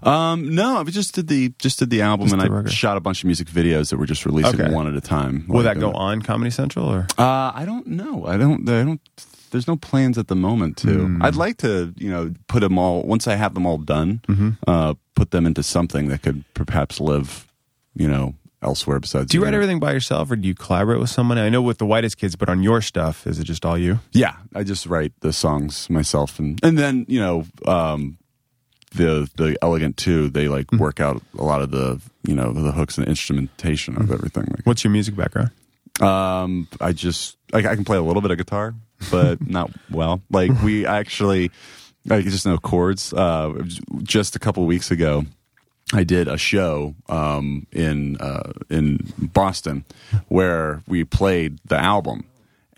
[SPEAKER 4] Um, no, I just did the just did the album,
[SPEAKER 2] Just
[SPEAKER 4] and
[SPEAKER 2] the
[SPEAKER 4] I
[SPEAKER 2] record.
[SPEAKER 4] shot a bunch of music videos that were just releasing
[SPEAKER 2] Okay.
[SPEAKER 4] one at a time.
[SPEAKER 2] Will
[SPEAKER 4] Like,
[SPEAKER 2] that go
[SPEAKER 4] uh,
[SPEAKER 2] on Comedy Central or?
[SPEAKER 4] Uh, I don't know. I don't. I don't. There's no plans at the moment to.
[SPEAKER 2] Hmm.
[SPEAKER 4] I'd like to, you know, put them all once I have them all done.
[SPEAKER 2] Mm-hmm.
[SPEAKER 4] Uh, put them into something that could perhaps live, you know, elsewhere besides.
[SPEAKER 2] Do you
[SPEAKER 4] the
[SPEAKER 2] write
[SPEAKER 4] internet.
[SPEAKER 2] everything by yourself or do you collaborate with someone? I know with the whitest kids, but on your stuff, is it just all you?
[SPEAKER 4] Yeah, I just write the songs myself, and and then you know, um, the the elegant two. They like work out a lot of the you know the hooks and instrumentation of everything. Like,
[SPEAKER 2] What's your music background?
[SPEAKER 4] Um, I just I, I can play a little bit of guitar, but not well. Like we actually, I just know chords. Uh, just a couple weeks ago, I did a show um, in uh, in Boston where we played the album.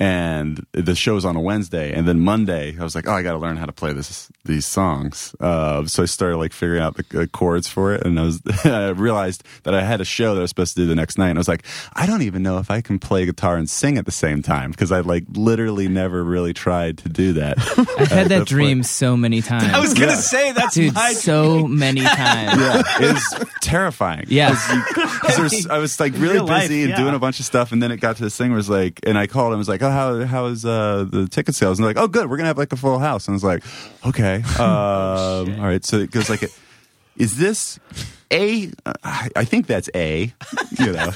[SPEAKER 4] And the show's on a Wednesday, and then Monday, I was like, "Oh, I got to learn how to play this these songs." Uh, so I started like figuring out the uh, chords for it, and I was I realized that I had a show that I was supposed to do the next night, and I was like, "I don't even know if I can play guitar and sing at the same time because I like literally never really tried to do that."
[SPEAKER 3] I've had that dream so many times.
[SPEAKER 1] I was gonna say that's
[SPEAKER 3] Dude,
[SPEAKER 1] my
[SPEAKER 3] so many times.
[SPEAKER 4] yeah, it was terrifying.
[SPEAKER 3] Yeah.
[SPEAKER 4] 'Cause you- 'cause there was- I was like really
[SPEAKER 1] Real life,
[SPEAKER 4] busy and
[SPEAKER 1] yeah.
[SPEAKER 4] doing a bunch of stuff, and then it got to this thing where it was like, and I called him, was like, oh, how how is uh, the ticket sales?" And they're like, "Oh, good, we're gonna have like a full house." And I was like, "Okay, um,
[SPEAKER 1] Oh,
[SPEAKER 4] all right." So it goes like, "Is this a? I I think that's a, you know,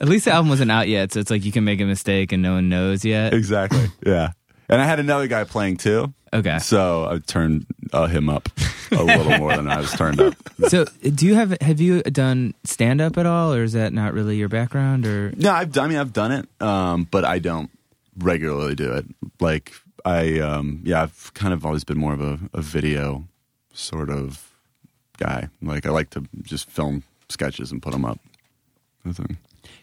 [SPEAKER 3] At least the album wasn't out yet, so it's like you can make a mistake and no one knows yet.
[SPEAKER 4] exactly, yeah." And I had another guy playing too,
[SPEAKER 3] Okay.
[SPEAKER 4] so I turned uh, him up a little more than I was turned up.
[SPEAKER 3] So, do you have have you done stand up at all, or is that not really your background? Or
[SPEAKER 4] No, I've done, I mean I've done it, um, but I don't regularly do it. Like I, um, yeah, I've kind of always been more of a, a video sort of guy. Like I like to just film sketches and put them up. That's it.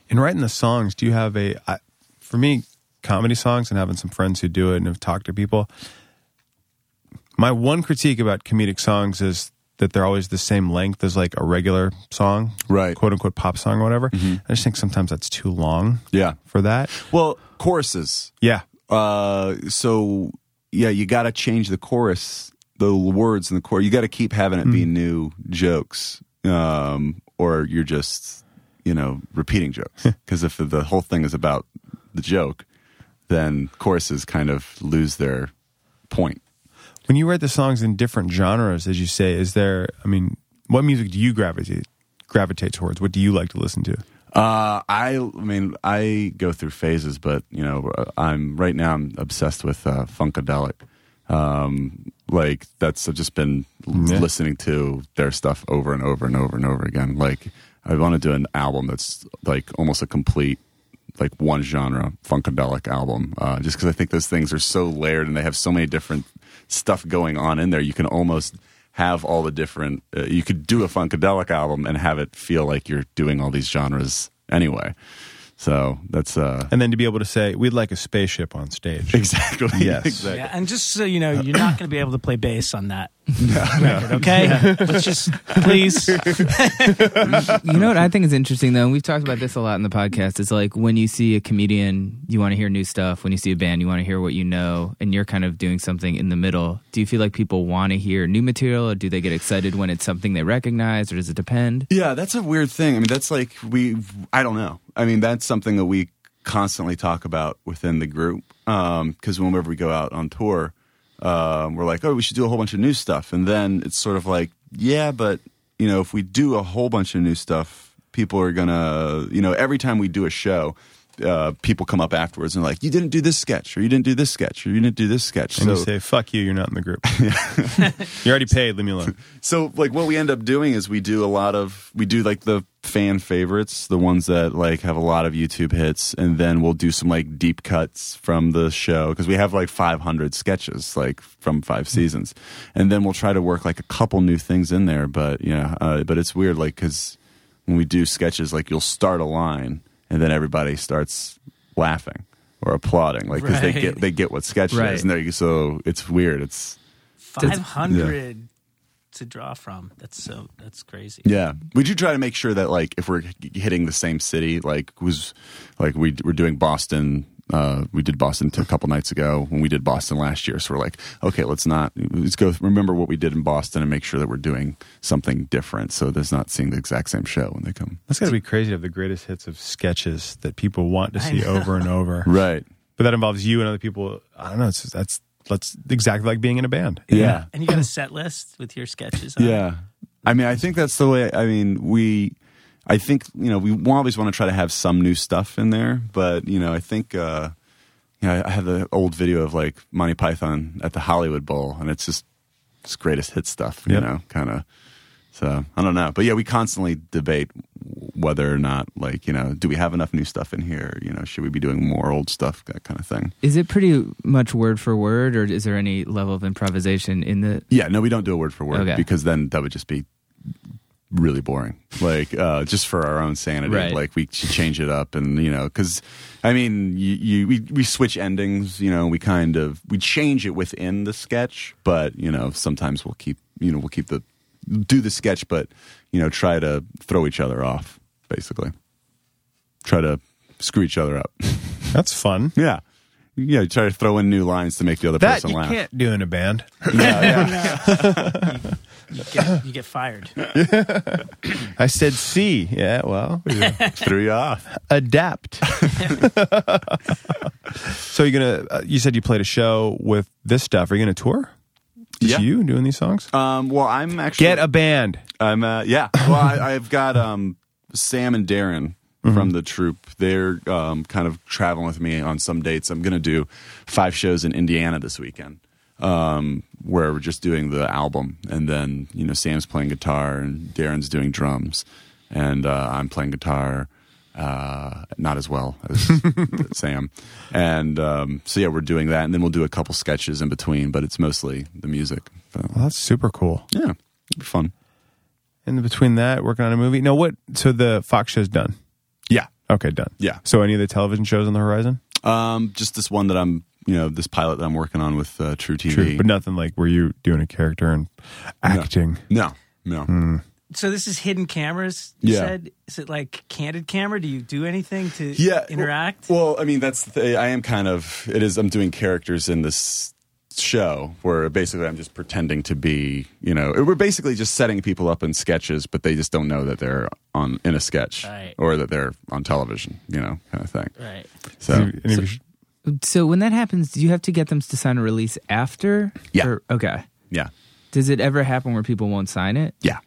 [SPEAKER 2] In writing the songs, do you have a? I, for me, comedy songs and having some friends who do it and have talked to people. My one critique about comedic songs is that they're always the same length as like a regular song,
[SPEAKER 4] Right.
[SPEAKER 2] Quote unquote pop song or whatever. I just think sometimes that's too long
[SPEAKER 4] Yeah.
[SPEAKER 2] for that.
[SPEAKER 4] Well, choruses.
[SPEAKER 2] Yeah,
[SPEAKER 4] Uh, so yeah, you got to change the chorus, the words in the chorus. You got to keep having it be new jokes, um, or you're just you know repeating jokes. Because if the whole thing is about the joke, then choruses kind of lose their point.
[SPEAKER 2] When you write the songs in different genres, as you say, is there? I mean, what music do you gravitate gravitate towards? What do you like to listen to?
[SPEAKER 4] Uh, I, I mean, I go through phases, but you know, I'm right now. I'm obsessed with uh, funkadelic. Um, like that's I've just been l-
[SPEAKER 2] Yeah.
[SPEAKER 4] listening to their stuff over and over and over and over again. Like I want to do an album that's like almost a complete like one genre funkadelic album, uh, just because I think those things are so layered and they have so many different stuff going on in there. You can almost have all the different. Uh, you could do a funkadelic album and have it feel like you're doing all these genres anyway. So that's uh,
[SPEAKER 2] And then to be able to say, "We'd like a spaceship on stage."
[SPEAKER 4] exactly
[SPEAKER 2] Yes.
[SPEAKER 4] exactly.
[SPEAKER 1] Yeah, and just so you
[SPEAKER 4] Uh,
[SPEAKER 1] know, you're not going to be able to play bass on that record, okay? Let's just please.
[SPEAKER 3] you know what I think is interesting though, and we've talked about this a lot in the podcast. Is like when you see a comedian, you want to hear new stuff. When you see a band, you want to hear what you know, and you're kind of doing something in the middle. Do you feel like people want to hear new material, or do they get excited when it's something they recognize, or does it depend?
[SPEAKER 4] Yeah, that's a weird thing. I mean, that's like we. I don't know. I mean, that's something that we constantly talk about within the group. Because whenever we go out on tour, um, we're like, oh, we should do a whole bunch of new stuff, and then it's sort of like, yeah, but you know, if we do a whole bunch of new stuff, people are gonna, you know, every time we do a show. Uh, people come up afterwards and are like, you didn't do this sketch, or you didn't do this sketch, or you didn't do this sketch.
[SPEAKER 2] And
[SPEAKER 4] so,
[SPEAKER 2] you say, "Fuck you, you're not in the group. you're already paid. Leave me alone."
[SPEAKER 4] so like what we end up doing is we do a lot of we do like the fan favorites the ones that like have a lot of youtube hits and then we'll do some like deep cuts from the show because we have like 500 sketches like from five seasons and then we'll try to work like a couple new things in there but you know uh, but it's weird like because when we do sketches like you'll start a line and then everybody starts laughing or applauding like because they
[SPEAKER 1] Right.
[SPEAKER 4] get they get what sketch
[SPEAKER 3] Right.
[SPEAKER 4] is and they- so it's weird it's
[SPEAKER 1] 500 to draw from. That's so, that's crazy.
[SPEAKER 4] Yeah. We do try to make sure that like if we're h- hitting the same city, like was like we we're doing Boston. Uh, we did Boston t- a couple nights ago when we did Boston last year. So we're like, okay, let's not let's go remember what we did in Boston and make sure that we're doing something different. So there's not seeing the exact same show when they come.
[SPEAKER 2] That's got to be crazy to have the greatest hits of sketches that people want to see over and over.
[SPEAKER 4] Right.
[SPEAKER 2] But that involves you and other people. I don't know. It's just, that's that's exactly like being in a band.
[SPEAKER 4] Yeah.
[SPEAKER 1] And you got a set list with your sketches on it?
[SPEAKER 4] Yeah. I mean, I think that's the way. I mean, we, I think, you know, we always want to try to have some new stuff in there, but, you know, I think, uh, you know, I have the old video of like Monty Python at the Hollywood Bowl, and it's just it's greatest hit stuff, you
[SPEAKER 2] Yep.
[SPEAKER 4] know, kind of. So I don't know, but yeah, we constantly debate whether or not, like, you know, do we have enough new stuff in here? You know, should we be doing more old stuff, that kind of thing.
[SPEAKER 3] Is it pretty much word for word, or is there any level of improvisation in the?
[SPEAKER 4] Yeah, no, we don't do a word for word
[SPEAKER 3] Okay.
[SPEAKER 4] because then that would just be really boring. Like uh, just for our own sanity,
[SPEAKER 3] Right.
[SPEAKER 4] like we should change it up, and you know, because I mean, you, you we we switch endings. You know, we kind of we change it within the sketch, but you know, sometimes we'll keep you know we'll keep the do the sketch, but you know, try to throw each other off, basically. Try to screw each other up.
[SPEAKER 2] That's fun.
[SPEAKER 4] yeah. Yeah, you try to throw in new lines to make the other
[SPEAKER 2] That
[SPEAKER 4] person
[SPEAKER 2] you
[SPEAKER 4] laugh.
[SPEAKER 2] can't do in a band.
[SPEAKER 1] You get, you get fired.
[SPEAKER 5] I said C. Yeah, well,
[SPEAKER 4] Threw you off.
[SPEAKER 5] adapt.
[SPEAKER 2] So you're gonna. Uh, you said you played a show with this stuff. Are you gonna tour? Just
[SPEAKER 4] Yeah.
[SPEAKER 2] you doing these songs?
[SPEAKER 4] Um, well, I'm actually
[SPEAKER 5] Get a band.
[SPEAKER 4] I'm uh, yeah. Well, I, I've got um, Sam and Darren from the troupe. They're um, kind of traveling with me on some dates. I'm going to do five shows in Indiana this weekend, um, where we're just doing the album, and then you know Sam's playing guitar and Darren's doing drums, and uh, I'm playing guitar. Uh, not as well as Sam, and um, so yeah, we're doing that, and then we'll do a couple sketches in between, but it's mostly the music. But,
[SPEAKER 2] Well, that's super cool.
[SPEAKER 4] yeah, it'll be fun.
[SPEAKER 2] And between that, working on a movie. No, what? So the Fox show's done.
[SPEAKER 4] Yeah,
[SPEAKER 2] Okay, done.
[SPEAKER 4] Yeah.
[SPEAKER 2] So any of the television shows on the horizon?
[SPEAKER 4] Um, just this one that I'm, you know, this pilot that I'm working on with uh, True TV.
[SPEAKER 2] True, but nothing like where you doing a character and acting.
[SPEAKER 4] no, no.
[SPEAKER 2] Hmm.
[SPEAKER 1] So this is hidden cameras. You
[SPEAKER 4] Yeah.
[SPEAKER 1] said is it like candid camera? Do you do anything to
[SPEAKER 4] Yeah,
[SPEAKER 1] interact?
[SPEAKER 4] Well, well, I mean, that's the thing. I am kind of. It is. I'm doing characters in this show where basically I'm just pretending to be. You know, we're basically just setting people up in sketches, but they just don't know that they're on in a sketch
[SPEAKER 1] Right.
[SPEAKER 4] or that they're on television. You know, kind of thing.
[SPEAKER 1] right.
[SPEAKER 4] So.
[SPEAKER 2] Any of your sh-
[SPEAKER 3] So when that happens, do you have to get them to sign a release after?
[SPEAKER 4] Yeah.
[SPEAKER 3] Or- okay.
[SPEAKER 4] Yeah.
[SPEAKER 3] Does it ever happen where people won't sign it?
[SPEAKER 4] Yeah.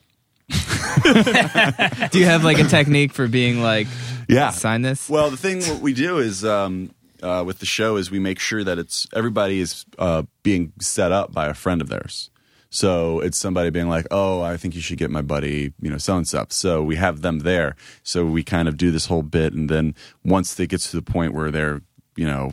[SPEAKER 3] Do you have like a technique for being like,
[SPEAKER 4] Yeah.
[SPEAKER 3] sign this?
[SPEAKER 4] Well, the thing what we do is um, uh, with the show is we make sure that it's everybody is uh, being set up by a friend of theirs. So it's somebody being like, "Oh, I think you should get my buddy, you know, so and so." So we have them there. So we kind of do this whole bit, and then once it gets to the point where they're, you know,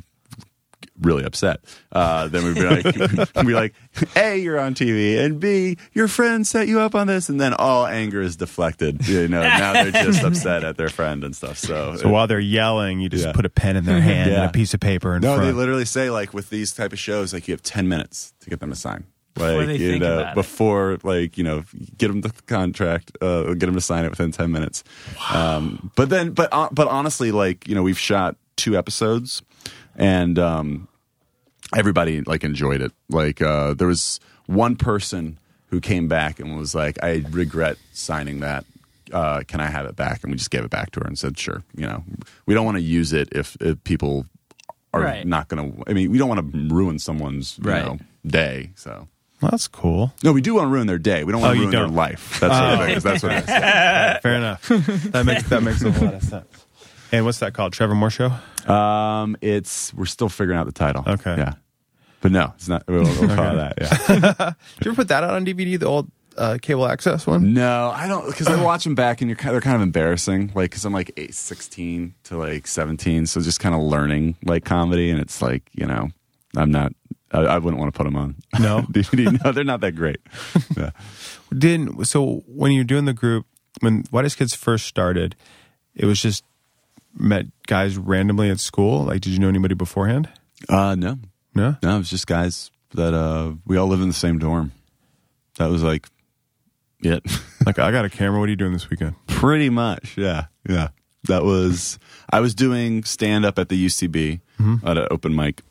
[SPEAKER 4] really upset, uh, then we'd be like, we'd be like, A, you're on TV, and B, your friend set you up on this, and then all anger is deflected. You know, now they're just upset at their friend and stuff. So,
[SPEAKER 2] so while they're yelling, you just
[SPEAKER 4] Yeah.
[SPEAKER 2] put a pen in their hand and
[SPEAKER 4] Yeah.
[SPEAKER 2] a piece of paper in
[SPEAKER 4] no,
[SPEAKER 2] front.
[SPEAKER 4] they literally say like with these type of shows, like you have ten minutes to get them to sign. Like
[SPEAKER 1] Before they
[SPEAKER 4] you
[SPEAKER 1] think
[SPEAKER 4] know,
[SPEAKER 1] about it.
[SPEAKER 4] before like you know, get them the contract, uh, get them to sign it within ten minutes. Um, but then, but uh, but honestly, like you know, we've shot two episodes, and um, everybody like enjoyed it. Like uh, there was one person who came back and was like, "I regret signing that. Uh, can I have it back?" And we just gave it back to her and said, "Sure." You know, we don't want to use it if, if people are
[SPEAKER 1] Right.
[SPEAKER 4] not going to. I mean, we don't want to ruin someone's you
[SPEAKER 3] Right.
[SPEAKER 4] know, day. So.
[SPEAKER 2] Well, that's cool.
[SPEAKER 4] No, we do want to ruin their day. We don't want
[SPEAKER 2] Oh,
[SPEAKER 4] to
[SPEAKER 2] you
[SPEAKER 4] ruin their
[SPEAKER 2] don't.
[SPEAKER 4] life. That's what it is. That's what it is.
[SPEAKER 2] Fair enough. That makes that makes a lot of sense. And what's that called? Trevor Moore show.
[SPEAKER 4] Um, it's we're still figuring out the title.
[SPEAKER 2] Okay.
[SPEAKER 4] Yeah. But no, it's not. We'll, we'll call it that. Yeah.
[SPEAKER 5] Did you ever put that out on DVD? The old uh, cable access one.
[SPEAKER 4] No, I don't because I watch them back and you're kind, they're kind of embarrassing. Like because I'm like eight, 16 to like seventeen, so just kind of learning like comedy, and it's like you know I'm not. I, I wouldn't want to put them on.
[SPEAKER 2] No?
[SPEAKER 4] DVD. no, they're not that great. Yeah.
[SPEAKER 2] Didn't so when you're doing the group when White As Kids first started, it was just met guys randomly at school. Like, did you know anybody beforehand?
[SPEAKER 4] Uh, no,
[SPEAKER 2] No.
[SPEAKER 4] no, it's just guys that uh we all live in the same dorm. That was like it.
[SPEAKER 2] Like, I got a camera. What are you doing this weekend?
[SPEAKER 4] Pretty much, yeah, yeah. That was I was doing stand up at the UCB at an open mic,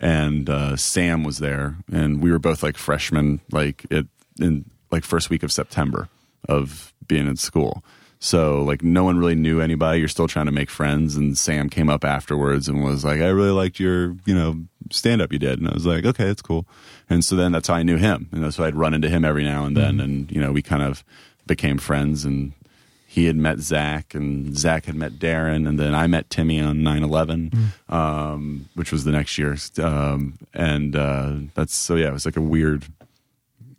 [SPEAKER 4] and uh, Sam was there, and we were both like freshmen, like it in like first week of September of being in school. So like no one really knew anybody. You're still trying to make friends, and Sam came up afterwards and was like, "I really liked your you know stand up you did," and I was like, "Okay, that's cool." And so then that's how I knew him, and that's why I'd run into him every now and then, and you know we kind of became friends and he had met Zach, and Zach had met Darren, and then I met Timmy on 9 11, um, which was the next year. Um, and uh, that's so, yeah, it was like a weird,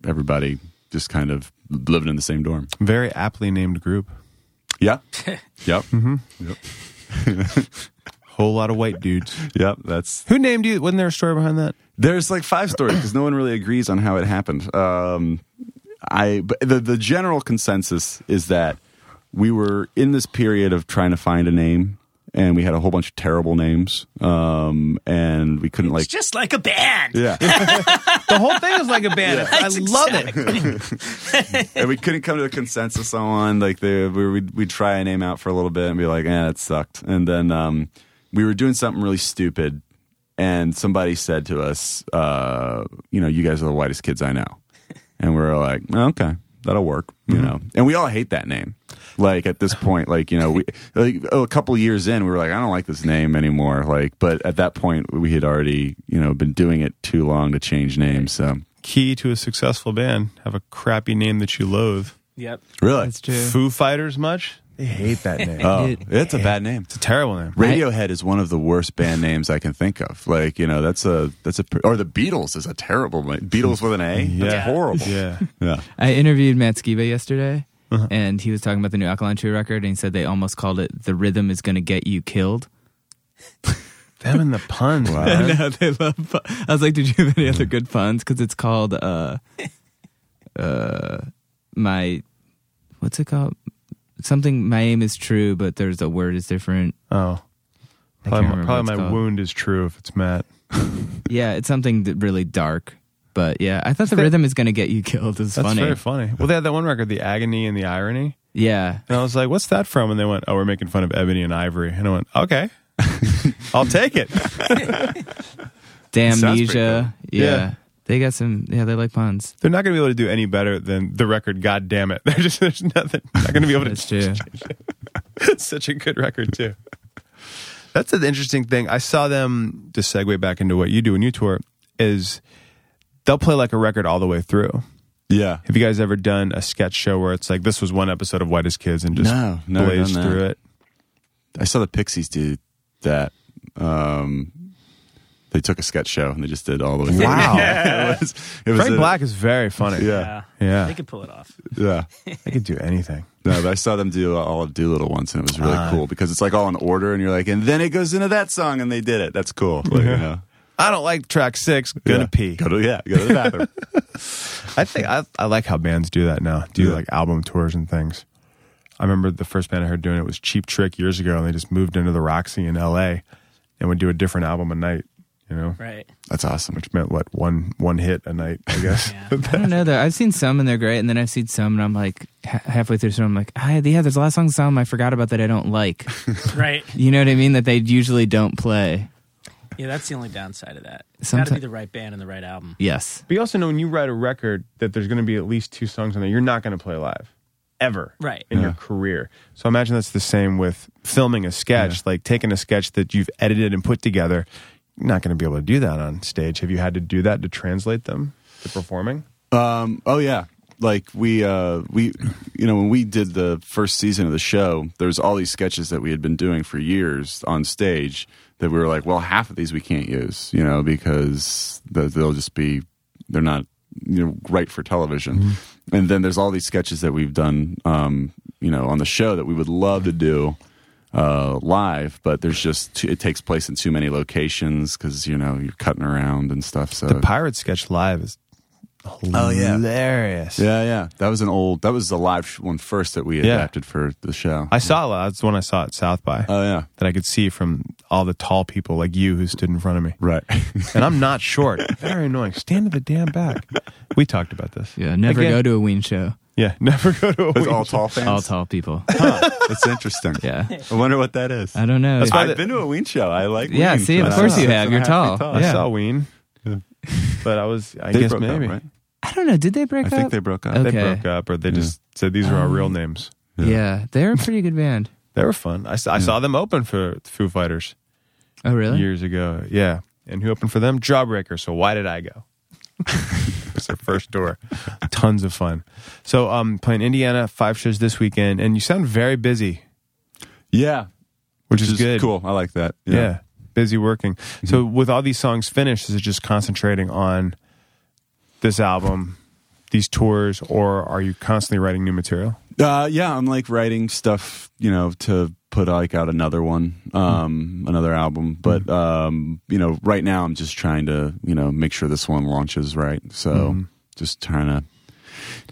[SPEAKER 4] everybody just kind of living in the same dorm.
[SPEAKER 2] Very aptly named group.
[SPEAKER 4] Yeah. yep.
[SPEAKER 2] Whole lot of white dudes.
[SPEAKER 4] Yep. That's
[SPEAKER 2] Who named you? Wasn't there a story behind that?
[SPEAKER 4] there's like five stories because no one really agrees on how it happened. Um, I but the the general consensus is that we were in this period of trying to find a name, and we had a whole bunch of terrible names, um, and we couldn't like
[SPEAKER 1] it's just like a band.
[SPEAKER 4] yeah.
[SPEAKER 5] The whole thing is like a band. I
[SPEAKER 1] That's
[SPEAKER 5] love it.
[SPEAKER 4] and we couldn't come to a consensus on one. Like the we we'd, we'd try a name out for a little bit and be like, "eh, that sucked." And then um, we were doing something really stupid, and somebody said to us, uh, "You know, you guys are the whitest kids I know," and we were like, "Okay." that'll work, you
[SPEAKER 3] Mm-hmm.
[SPEAKER 4] know. And we all hate that name. Like at this point, like you know, we like oh, a couple years in, we were like, I don't like this name anymore. Like, but at that point, we had already you know been doing it too long to change names. So
[SPEAKER 2] Key to a successful band: have a crappy name that you loathe.
[SPEAKER 1] Yep.
[SPEAKER 4] really,
[SPEAKER 3] That's true.
[SPEAKER 2] Foo Fighters, much?
[SPEAKER 5] They hate that name.
[SPEAKER 4] oh,
[SPEAKER 3] It-
[SPEAKER 4] it's a bad name.
[SPEAKER 2] It's a terrible name.
[SPEAKER 4] Radiohead is one of the worst band names I can think of. Like you know, that's a that's a pr- or the Beatles is a terrible name. Beatles with an A. That's horrible.
[SPEAKER 2] Yeah.
[SPEAKER 4] Yeah.
[SPEAKER 3] I interviewed Matt Skiba yesterday, and he was talking about the new Alkaline Trio record, and he said they almost called it "The Rhythm Is Gonna Get You Killed."
[SPEAKER 2] Them and the puns.
[SPEAKER 4] Wow.
[SPEAKER 2] man.
[SPEAKER 3] I know they love. Pun- I was like, "Did you have any
[SPEAKER 2] Mm.
[SPEAKER 3] other good puns?" Because it's called uh, uh, my what's it called? Something. My aim is true, but there's a word is different.
[SPEAKER 2] Oh.
[SPEAKER 3] I
[SPEAKER 2] Probably,
[SPEAKER 3] can't
[SPEAKER 2] my,
[SPEAKER 3] remember
[SPEAKER 2] probably
[SPEAKER 3] what
[SPEAKER 2] my
[SPEAKER 3] it's called.
[SPEAKER 2] wound is true if it's Matt.
[SPEAKER 3] Yeah, it's something that really dark. But yeah, I thought the rhythm is gonna get you killed is
[SPEAKER 2] That's
[SPEAKER 3] funny.
[SPEAKER 2] very funny. Well, they had that one record, The Agony and the Irony.
[SPEAKER 3] yeah,
[SPEAKER 2] And I was like, what's that from? And they went, oh, we're making fun of Ebony and Ivory. And I went, okay, I'll take it.
[SPEAKER 4] sounds pretty
[SPEAKER 3] Damnesia. Yeah.
[SPEAKER 2] Yeah.
[SPEAKER 3] they got some. Yeah, they like puns.
[SPEAKER 2] They're not going to be able to do any better than the record, God damn it. They're just, there's nothing. Not going to be able
[SPEAKER 3] That's
[SPEAKER 2] to.
[SPEAKER 3] true.
[SPEAKER 2] It's such a good record, too. That's an interesting thing. I saw them, to segue back into what you do when you tour, is they'll play like a record all the way through.
[SPEAKER 4] Yeah.
[SPEAKER 2] Have you guys ever done a sketch show where it's like this was one episode of White as Kids and just
[SPEAKER 4] No, never
[SPEAKER 2] blazed
[SPEAKER 4] done that.
[SPEAKER 2] through it?
[SPEAKER 4] I saw the Pixies do that. Um, they took a sketch show and they just did all the way. through.
[SPEAKER 2] Wow.
[SPEAKER 4] it was, it was
[SPEAKER 2] Frank
[SPEAKER 4] a-
[SPEAKER 2] Black is very funny.
[SPEAKER 4] Yeah,
[SPEAKER 2] Yeah.
[SPEAKER 1] They could pull it off.
[SPEAKER 4] yeah.
[SPEAKER 2] I could do anything.
[SPEAKER 4] No, but I saw them do all of Doolittle once, and it was really
[SPEAKER 2] Uh.
[SPEAKER 4] cool because it's like all in order, and you're like, and then it goes into that song, and they did it. That's cool. Like, you know,
[SPEAKER 2] I don't like track six. Gonna
[SPEAKER 4] yeah.
[SPEAKER 2] pee.
[SPEAKER 4] Go to yeah, go to the bathroom.
[SPEAKER 2] I think I, I like how bands do that now. Do
[SPEAKER 4] Yeah.
[SPEAKER 2] like album tours and things. I remember the first band I heard doing it was Cheap Trick years ago, and they just moved into the Roxy in L.A. and would do a different album a night. You know,
[SPEAKER 1] Right.
[SPEAKER 4] That's awesome.
[SPEAKER 2] which meant what one one hit a night, I guess.
[SPEAKER 3] I don't know though. I've seen some and they're great, and then I've seen some and I'm like ha- halfway through, some I'm like, ah, yeah, there's a lot of songs on this album I forgot about that I don't like.
[SPEAKER 1] Right.
[SPEAKER 3] You know what I mean? That they usually don't play.
[SPEAKER 1] Yeah, that's the only downside of that. It's got to
[SPEAKER 3] Sometime-
[SPEAKER 1] be the right band and the right album.
[SPEAKER 3] Yes.
[SPEAKER 2] But you also know when you write a record that there's going to be at least two songs on there you're not going to play live ever
[SPEAKER 1] Right.
[SPEAKER 2] in your career. So I imagine that's the same with filming a sketch, like taking a sketch that you've edited and put together. You're not going to be able to do that on stage. Have you had to do that to translate them to performing?
[SPEAKER 4] Um, oh yeah. Like we uh we you know when we did the first season of the show, there's all these sketches that we had been doing for years on stage that we were like, well, half of these we can't use, you know, because th- they'll just be they're not you know right for television. And then there's all these sketches that we've done um, you know, on the show that we would love to do uh, live, but there's just too, it takes place in too many locations cuz you know, you're cutting around and stuff, so
[SPEAKER 2] The pirate sketch live is
[SPEAKER 4] Oh, yeah.
[SPEAKER 2] hilarious.
[SPEAKER 4] Yeah, yeah. That was an old. That was the live sh- one first that we
[SPEAKER 2] Yeah.
[SPEAKER 4] adapted for the show.
[SPEAKER 2] I saw it. That's the one I saw at South by
[SPEAKER 4] oh yeah,
[SPEAKER 2] that I could see from all the tall people like you who stood in front of me.
[SPEAKER 4] right.
[SPEAKER 2] And I'm not short. Very annoying. Stand to the damn back. We talked about this.
[SPEAKER 3] Yeah. Never
[SPEAKER 2] Again-
[SPEAKER 3] go to a Ween show.
[SPEAKER 2] Yeah, never go to a
[SPEAKER 4] It's
[SPEAKER 2] wing
[SPEAKER 4] all
[SPEAKER 2] show.
[SPEAKER 4] tall fans.
[SPEAKER 3] All tall people.
[SPEAKER 4] It's interesting.
[SPEAKER 3] Yeah.
[SPEAKER 4] I wonder what that is.
[SPEAKER 3] I don't know.
[SPEAKER 2] That's why
[SPEAKER 4] I've been to a Ween show. I like.
[SPEAKER 3] Yeah,
[SPEAKER 4] Ween.
[SPEAKER 3] see, of
[SPEAKER 4] I'm
[SPEAKER 3] course
[SPEAKER 4] six
[SPEAKER 3] you have.
[SPEAKER 4] and a
[SPEAKER 3] You're
[SPEAKER 4] half
[SPEAKER 3] tall.
[SPEAKER 4] feet
[SPEAKER 2] I
[SPEAKER 3] Yeah.
[SPEAKER 2] saw Ween, but I was I
[SPEAKER 4] They
[SPEAKER 2] guess
[SPEAKER 4] broke up,
[SPEAKER 2] maybe
[SPEAKER 4] right?
[SPEAKER 3] I don't know. Did they break
[SPEAKER 4] I
[SPEAKER 3] up?
[SPEAKER 4] think they broke up.
[SPEAKER 3] Okay.
[SPEAKER 2] they broke up or they just said these are our
[SPEAKER 4] Um,
[SPEAKER 2] real names.
[SPEAKER 3] Yeah. They're a pretty good band.
[SPEAKER 2] They were fun. I, saw- I saw them open for Foo Fighters
[SPEAKER 3] Oh, really?
[SPEAKER 2] years ago. Yeah, and who opened for them? Jawbreaker. So why did I go? It's their first tour. Tons of fun. So um, playing Indiana five shows this weekend, and you sound very busy,
[SPEAKER 4] Yeah,
[SPEAKER 2] which, is, good.
[SPEAKER 4] Cool. I like that.
[SPEAKER 2] Yeah. busy working.
[SPEAKER 4] Mm-hmm.
[SPEAKER 2] So with all these songs finished, is it just concentrating on this album, these tours, or are you constantly writing new material?
[SPEAKER 4] Uh, yeah, I'm like writing stuff, you know, to put like out another one, um, another album. But um, you know, right now I'm just trying to, you know, make sure this one launches right. So just trying to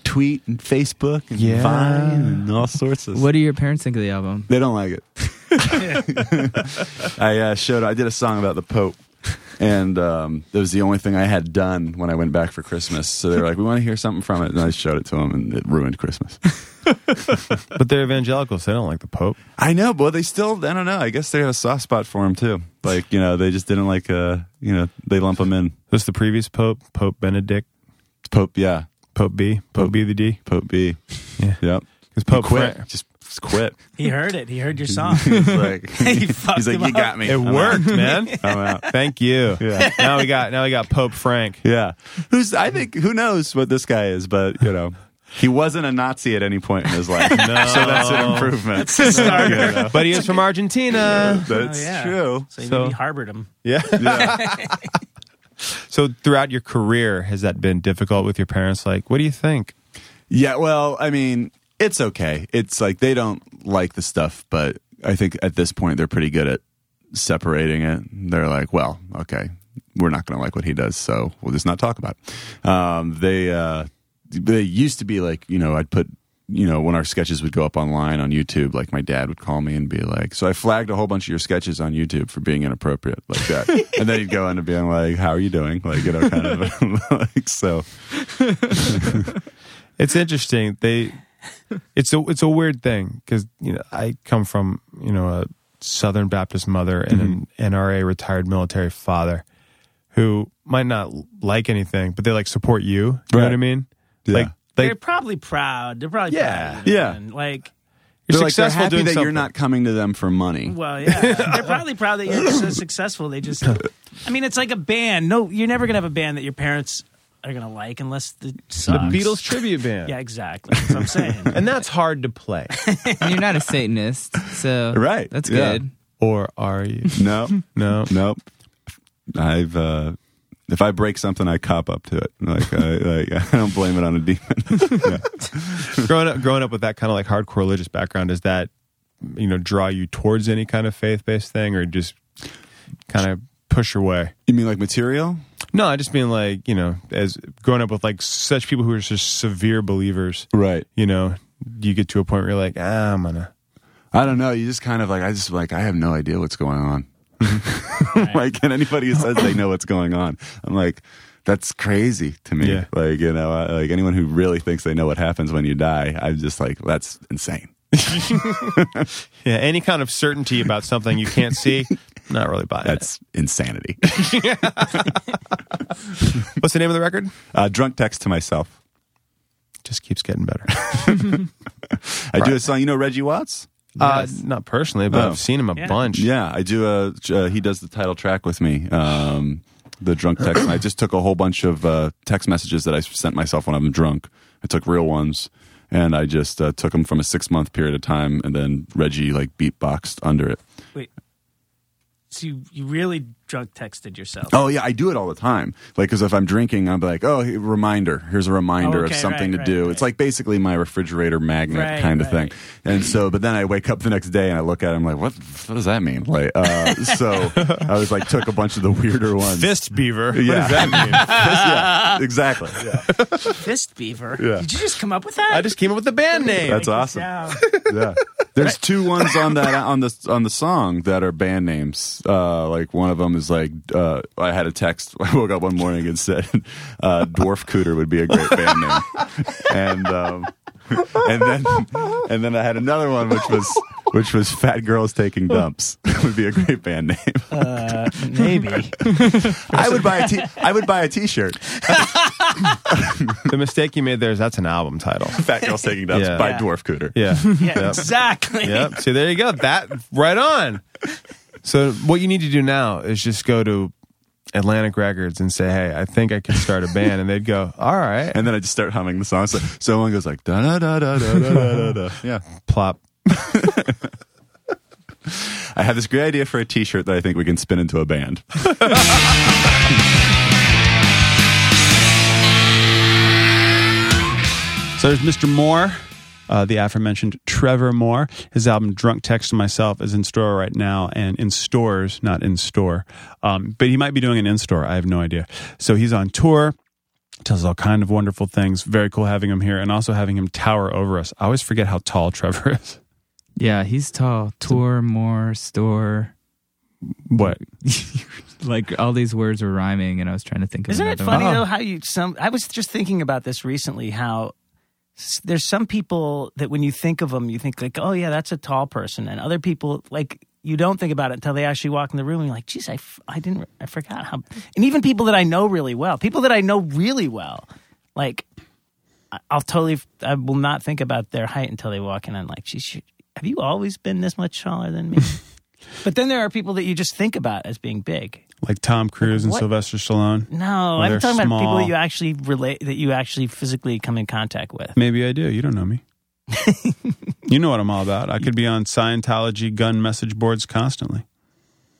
[SPEAKER 4] tweet and Facebook and
[SPEAKER 2] Yeah.
[SPEAKER 4] Vine and all sorts of.
[SPEAKER 3] What do your parents think of the album?
[SPEAKER 4] They don't like it. I uh, showed. I did a song about the Pope, and um, that was the only thing I had done when I went back for Christmas. So they were like, "We want to hear something from it," and I showed it to them, and it ruined Christmas.
[SPEAKER 2] But they're evangelicals; they don't like the Pope.
[SPEAKER 4] I know, but they still, I don't know. I guess they have a soft spot for him too. Like, you know, they just didn't like, uh, you know, they lump him in.
[SPEAKER 2] This is the previous Pope, Pope Benedict.
[SPEAKER 4] Pope, yeah.
[SPEAKER 2] Pope B, Pope B the D.
[SPEAKER 4] Pope B.
[SPEAKER 2] Yeah.
[SPEAKER 4] Yep.
[SPEAKER 2] Because Pope
[SPEAKER 4] quit.
[SPEAKER 2] Fran-
[SPEAKER 4] just, just quit.
[SPEAKER 1] He heard it. He heard your song.
[SPEAKER 4] he's like,
[SPEAKER 1] He fucked
[SPEAKER 4] he's like,
[SPEAKER 1] him
[SPEAKER 4] you
[SPEAKER 1] up."
[SPEAKER 4] got me.
[SPEAKER 2] It
[SPEAKER 4] I'm out."
[SPEAKER 2] worked, man. Oh,
[SPEAKER 4] I'm out.
[SPEAKER 2] Thank you.
[SPEAKER 4] Yeah.
[SPEAKER 2] Now we got now we got Pope Frank.
[SPEAKER 4] Yeah. Who's? I think who knows what this guy is, but you know, he wasn't a Nazi at any point in his life. So that's an improvement. That's,
[SPEAKER 2] But he is from Argentina.
[SPEAKER 1] Oh, yeah.
[SPEAKER 4] true.
[SPEAKER 1] So,
[SPEAKER 2] So-
[SPEAKER 1] maybe he harbored him.
[SPEAKER 2] Yeah. so throughout your career, has that been difficult with your parents? Like, what do you think?
[SPEAKER 4] Yeah, well, I mean, it's okay. It's like they don't like the stuff, but I think at this point they're pretty good at separating it. They're like, well, okay, we're not going to like what he does, so we'll just not talk about it. Um, they uh, they used to be like, you know, I'd put. You know, when our sketches would go up online on YouTube, like my dad would call me and be like, "So I flagged a whole bunch of your sketches on YouTube for being inappropriate, like that," and then he'd go on to being like, "How are you doing?" Like you know, kind of like so.
[SPEAKER 2] It's interesting. They, it's a it's a weird thing because you know I come from you know a Southern Baptist mother and
[SPEAKER 4] Mm-hmm.
[SPEAKER 2] an NRA retired military father, who might not like anything, but they like support you. You know what I
[SPEAKER 4] Right.
[SPEAKER 2] mean?
[SPEAKER 4] Yeah.
[SPEAKER 2] Like,
[SPEAKER 1] They're
[SPEAKER 2] like
[SPEAKER 1] probably proud. They're probably
[SPEAKER 2] Yeah,
[SPEAKER 1] proud of you,
[SPEAKER 4] yeah.
[SPEAKER 1] man. Like,
[SPEAKER 2] you're
[SPEAKER 4] They're like, they're
[SPEAKER 2] successful
[SPEAKER 4] happy
[SPEAKER 2] doing
[SPEAKER 4] that
[SPEAKER 2] something.
[SPEAKER 4] you're not coming to them for money.
[SPEAKER 1] well, yeah. they're probably proud that you're so successful. They just, I mean, it's like a band. No, you're never gonna have a band that your parents are gonna like unless the
[SPEAKER 2] the
[SPEAKER 1] sucks.
[SPEAKER 2] Beatles tribute band.
[SPEAKER 1] Yeah, exactly. That's what I'm saying.
[SPEAKER 2] And that's hard to play.
[SPEAKER 3] And you're not a Satanist, so
[SPEAKER 4] Right,
[SPEAKER 3] That's
[SPEAKER 4] yeah.
[SPEAKER 3] good.
[SPEAKER 2] or are you?
[SPEAKER 4] No,
[SPEAKER 2] No.
[SPEAKER 4] nope. I've uh, if I break something, I cop up to it. Like I, like I don't blame it on a demon.
[SPEAKER 2] growing up growing up with that kind of like hardcore religious background does that you know draw you towards any kind of faith-based thing or just kind of push your way
[SPEAKER 4] You mean like material?
[SPEAKER 2] no i just mean like you know as growing up with like such people who are just severe believers
[SPEAKER 4] Right.
[SPEAKER 2] you know you get to a point where you're like ah, i'm gonna
[SPEAKER 4] I don't know. You just kind of like I just like I have no idea what's going on. like, and anybody who says they know what's going on, I'm like, that's crazy to me.
[SPEAKER 2] Yeah.
[SPEAKER 4] Like, you know, I, like anyone who really thinks they know what happens when you die, I'm just like, that's insane.
[SPEAKER 2] yeah any kind of certainty about something you can't see not really buying
[SPEAKER 4] That's insanity.
[SPEAKER 2] it. what's the name of the record
[SPEAKER 4] uh, drunk text to myself.
[SPEAKER 2] just keeps getting better
[SPEAKER 4] I do a song. You know Reggie Watts?
[SPEAKER 2] uh, not personally but
[SPEAKER 4] Oh.
[SPEAKER 2] i've seen him a
[SPEAKER 1] Yeah.
[SPEAKER 2] bunch
[SPEAKER 4] Yeah, I do. A, uh, he does the title track with me. Um, the drunk text. I just took a whole bunch of uh, text messages that I sent myself when I'm drunk. I took real ones, and I just uh, took them from a six month period of time, and then Reggie like beatboxed under it.
[SPEAKER 1] Wait. So you, you really drunk texted yourself.
[SPEAKER 4] Oh yeah, I do it all the time. Like, because if I'm drinking, I'm like, oh, hey, reminder. Here's a reminder
[SPEAKER 1] Oh,
[SPEAKER 4] of
[SPEAKER 1] okay,
[SPEAKER 4] something
[SPEAKER 1] right,
[SPEAKER 4] to
[SPEAKER 1] right,
[SPEAKER 4] do.
[SPEAKER 1] right.
[SPEAKER 4] It's like basically my refrigerator magnet
[SPEAKER 1] Right,
[SPEAKER 4] kind of
[SPEAKER 1] right.
[SPEAKER 4] thing. And so, but then I wake up the next day and I look at it. I'm like, what? What does that mean? Like, uh, so I was like, took a bunch of the weirder ones.
[SPEAKER 2] fist beaver
[SPEAKER 4] Yeah.
[SPEAKER 2] what does that mean
[SPEAKER 4] yeah, exactly. Yeah.
[SPEAKER 1] Fist beaver.
[SPEAKER 4] Yeah.
[SPEAKER 1] Did you just come up with that?
[SPEAKER 2] i just came up with the band name
[SPEAKER 4] That's awesome.
[SPEAKER 1] Yeah.
[SPEAKER 4] Yeah. There's two ones on that on the on the song that are band names. Uh, like one of them is like uh, I had a text. I woke up one morning and said uh, "Dwarf Cooter" would be a great band name, and um, and then and then I had another one which was which was "Fat Girls Taking Dumps" would be a great band name.
[SPEAKER 1] Uh, maybe.
[SPEAKER 4] I would buy a t- I would buy a T-shirt.
[SPEAKER 2] the mistake you made there is that's an album title.
[SPEAKER 4] "Fat Girls Taking Dumps"
[SPEAKER 2] Yeah.
[SPEAKER 4] by
[SPEAKER 1] Yeah.
[SPEAKER 4] Dwarf Cooter.
[SPEAKER 2] Yeah.
[SPEAKER 1] Yeah,
[SPEAKER 2] Yep.
[SPEAKER 1] exactly.
[SPEAKER 2] Yep. See, there you go. That right on. So what you need to do now is just go to Atlantic Records and say, "Hey, I think I can start a band," and they'd go, "All right." And
[SPEAKER 4] And then I just start humming the song. So someone goes like da da da da da da da da. Yeah.
[SPEAKER 2] plop.
[SPEAKER 4] I have this great idea for a T-shirt that I think we can spin into a band.
[SPEAKER 2] So there's Mr. Moore, uh, the aforementioned Trevor Moore. His album "Drunk Text to Myself" is in store right now and in stores, not in store. Um, but he might be doing an in store. I have no idea. So he's on tour. Tells us all kind of wonderful things. Very cool having him here, and also having him tower over us. I always forget how tall Trevor is.
[SPEAKER 3] Yeah, he's tall. Tour, more, store.
[SPEAKER 2] What?
[SPEAKER 3] Like all these words were rhyming, and I was trying to think of.
[SPEAKER 1] Isn't it
[SPEAKER 3] another
[SPEAKER 1] funny
[SPEAKER 3] one.
[SPEAKER 1] though how you some? I was just thinking about this recently. How s- there's some people that when you think of them, you think like, oh yeah, that's a tall person, and other people like you don't think about it until they actually walk in the room. And you're like, geez, I, f- I didn't, I forgot how. And even people that I know really well, people that I know really well, like I- I'll totally, I will not think about their height until they walk in. I'm like, geez, you- have you always been this much taller than me? but then there are people that you just think about as being big.
[SPEAKER 6] like Tom Cruise and
[SPEAKER 1] What?
[SPEAKER 6] Sylvester Stallone.
[SPEAKER 1] No,
[SPEAKER 6] Well,
[SPEAKER 1] I'm
[SPEAKER 6] they're
[SPEAKER 1] talking about people
[SPEAKER 6] small.
[SPEAKER 1] that you actually relate, that you actually physically come in contact with.
[SPEAKER 6] Maybe I do. You don't know me. you know what I'm all about. I could be on Scientology gun message boards constantly.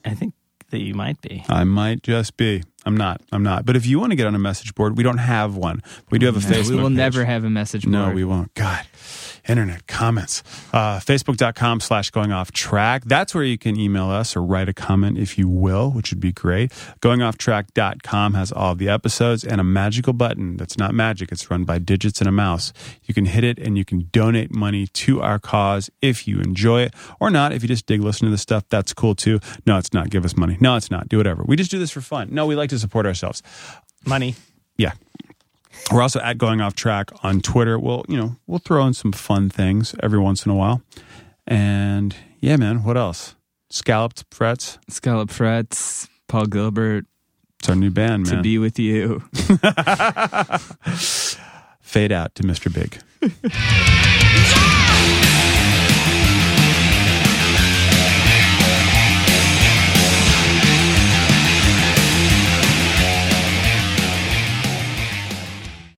[SPEAKER 1] I think that you might be.
[SPEAKER 6] I might just be. I'm not. I'm not. But if you want to get on a message board, we don't have one. We do have a
[SPEAKER 3] No,
[SPEAKER 6] Facebook.
[SPEAKER 3] Oh, we will
[SPEAKER 6] page.
[SPEAKER 3] never have a message board.
[SPEAKER 6] No, we won't. God, internet comments. Uh, Facebook.com slash going off track. That's where you can email us or write a comment if you will, which would be great. Goingofftrack.com has all the episodes and a magical button that's not magic. It's run by digits and a mouse. You can hit it and you can donate money to our cause if you enjoy it or not. If you just dig listening to this stuff, that's cool too. No, it's not. Give us money. No, it's not. Do whatever. We just do this for fun. No, we like to support ourselves.
[SPEAKER 1] Money.
[SPEAKER 6] Yeah. We're also at Going Off Track on Twitter. We'll, you know, we'll throw in some fun things every once in a while. And yeah, man, what else? Scalloped Frets.
[SPEAKER 3] Scallop frets. Paul Gilbert.
[SPEAKER 6] It's our new band, man.
[SPEAKER 3] To be with you.
[SPEAKER 6] Fade out to Mr. Big.
[SPEAKER 7] Yeah!